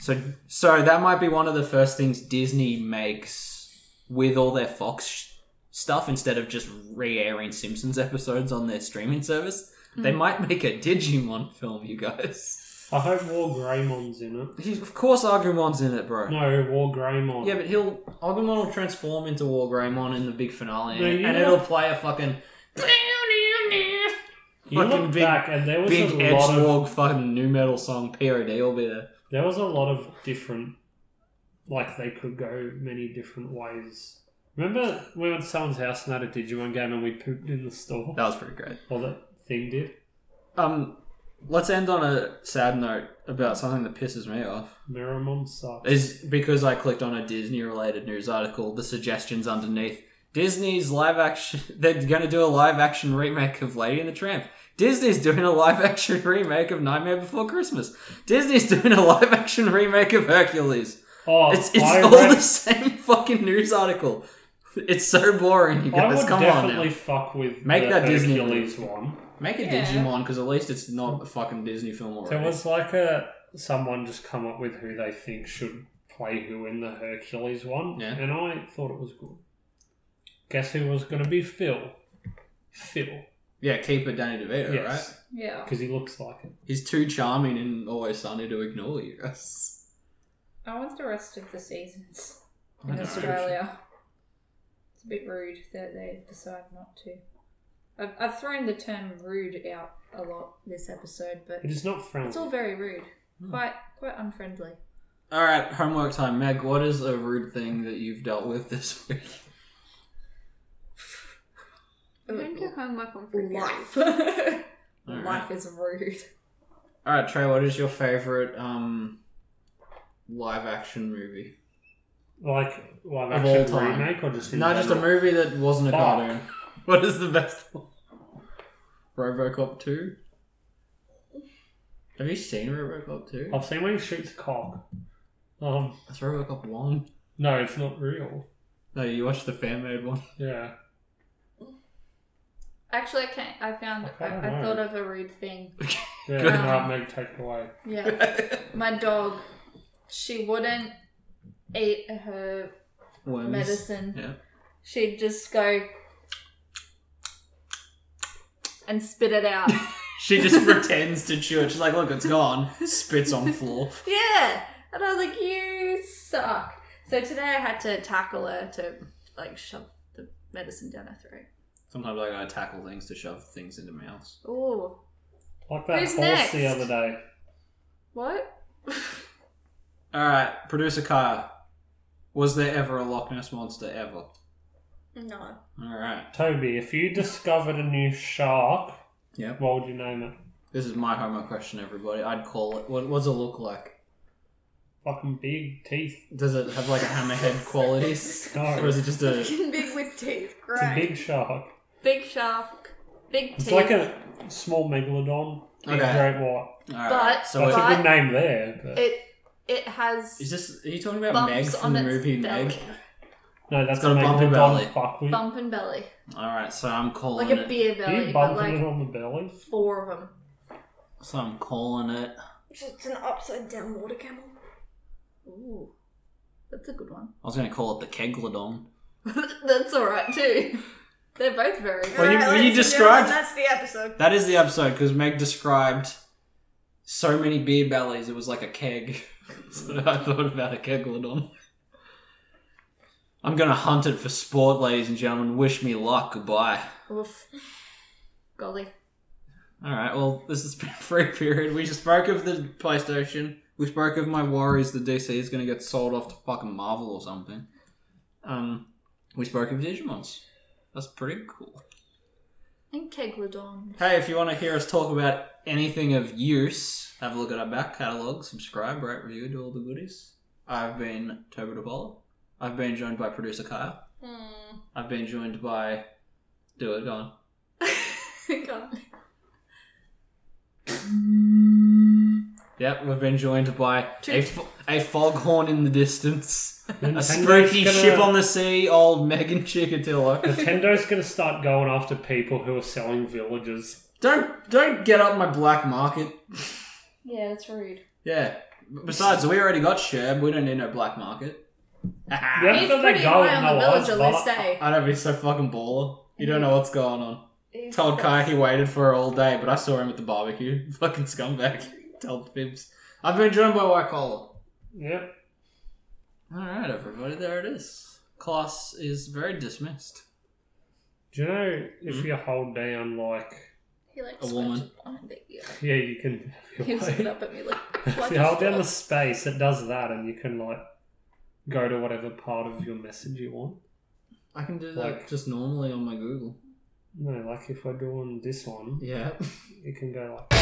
So, so that might be one of the first things Disney makes with all their Fox sh- stuff instead of just re-airing Simpsons episodes on their streaming service. They Hmm. might make a Digimon film, you guys. I hope War Greymon's in it. He's- Of course, Agumon's in it, bro. No, War Greymon. Yeah, but he'll Agumon will transform into War Greymon in the big finale, No, and, you and know- it'll play a fucking you fucking look big- back and there was big a lot of edgelord fucking new metal song POD will be there. there was a lot of different like they could go many different ways. Remember we went to someone's house and had a Digimon game and we pooped in the store? That was pretty great. Or that thing did? Um, let's end on a sad note about something that pisses me off. Miramon sucks. Is because I clicked on a Disney related news article, the suggestions underneath Disney's live action they're gonna do a live action remake of Lady and the Tramp. Disney's doing a live action remake of Nightmare Before Christmas. Disney's doing a live action remake of Hercules. oh, It's, it's I all read- the same fucking news article. It's so boring, you I guys. would Come on now. definitely fuck with Make the that Disney Hercules one. Make a Yeah. Digimon because at least it's not a fucking Disney film already. There was like a someone just come up with who they think should play who in the Hercules one, Yeah. and I thought it was good. Guess who was going to be Phil? Phil, yeah, keeper Danny DeVito, yes, right? Yeah. because he looks like it. He's too charming and always sunny to ignore you. That's- I want the rest of the seasons I in don't know. Australia. It's a bit rude that they decide not to. I've, I've thrown the term rude out a lot this episode, but It is not friendly. it's all very rude. Hmm. Quite quite unfriendly. All right, homework time. Meg, what is a rude thing that you've dealt with this week? I'm going to homework on free Life. All Life right. is rude. All right, Trey, what is your favorite um live action movie? like live Of action all time. remake or just in No, just a general? movie that wasn't a Fuck. cartoon. What is the best one? RoboCop 2? Have you seen RoboCop 2? I've seen when he shoots cock. Um, That's RoboCop 1. no, it's not real. No, you watched the fan made one. Yeah, Actually, I can't. I found. I, I I, know. thought of a rude thing. yeah. Good. Right, Meg, take it away. Yeah. My dog. She wouldn't eat her Worms. medicine. Yeah. She'd just go and spit it out. She just pretends to chew it. She's like, look, it's gone. Spits on floor. yeah. And I was like, you suck. So today I had to tackle her to like shove the medicine down her throat. Sometimes I gotta tackle things to shove things into mouths. Oh, Like that Who's horse the next? other day. what? Alright, producer Kaya. Was there ever a Loch Ness monster ever? No. Alright. Toby, if you discovered a new shark, Yep. what would you name it? This is my homework question, everybody. I'd call it. What, what does it look like? Fucking big teeth. Does it have like a hammerhead qualities? No. Or is it just a. Fucking big with teeth. It's a Great. big shark. Big shark, big teeth. It's like a small megalodon. Big Okay. great white. Alright. But- so That's it, a But- good name there. But it it has is this. Are you talking about Meg bumps from on the its movie belly. Meg? No, that's It's got a to make bumpy the belly. dog fuck with. Bump and belly. All right, so I'm calling Like a it. beer Are belly, you but bumping like it on the belly? four of them. so I'm calling it. Just an upside down water camel. Ooh. That's a good one. I was going to call it the Keglodon. That's alright too. They're both very good. Well, you- Alright, well, you ladies and described- gentlemen, That's the episode. That is the episode because Meg described so many beer bellies. It was like a keg. so I thought about a keglodon. I'm gonna hunt it for sport, ladies and gentlemen. Wish me luck. Goodbye. Oof. Golly. All right. Well, this has been free period. We just spoke of the PlayStation. We spoke of my worries that DC is gonna get sold off to fucking Marvel or something. Um, we spoke of Digimon's. That's pretty cool. And Keglodon. Hey, if you want to hear us talk about anything of use, have a look at our back catalogue, subscribe, rate, review, do all the goodies. I've been Toby DePolo. I've been joined by producer Kyle. Hmm. I've been joined by. Do it, go on. God. Yep, we've been joined by a, fo- a foghorn in the distance, a Nintendo's spooky gonna- ship on the sea, old Megan Chikatilo. Nintendo's gonna start going after people who are selling villages. don't don't get up my black market. Yeah, that's rude. Yeah. B- Besides, we already got Sherb. We don't need no black market. Yeah, He's but they pretty go high in on the the villager lodge, list, but- eh? I don't be so fucking baller. You don't know what's going on. Told Kai he waited for her all day, but I saw him at the barbecue. Fucking scumbag. Told Fibs. I've been joined by White Collar. Yep. Alright, everybody, there it is. Class is very dismissed. Do you know if Mhm. you hold down like He like A woman. scratched behind it, yeah. yeah, you can He was looking up at me like, if like you a hold down straw. the space, it does that, and you can like go to whatever part of your message you want. I can do that that just normally on my Google. No, like if we're doing this one, Yeah. you can go like.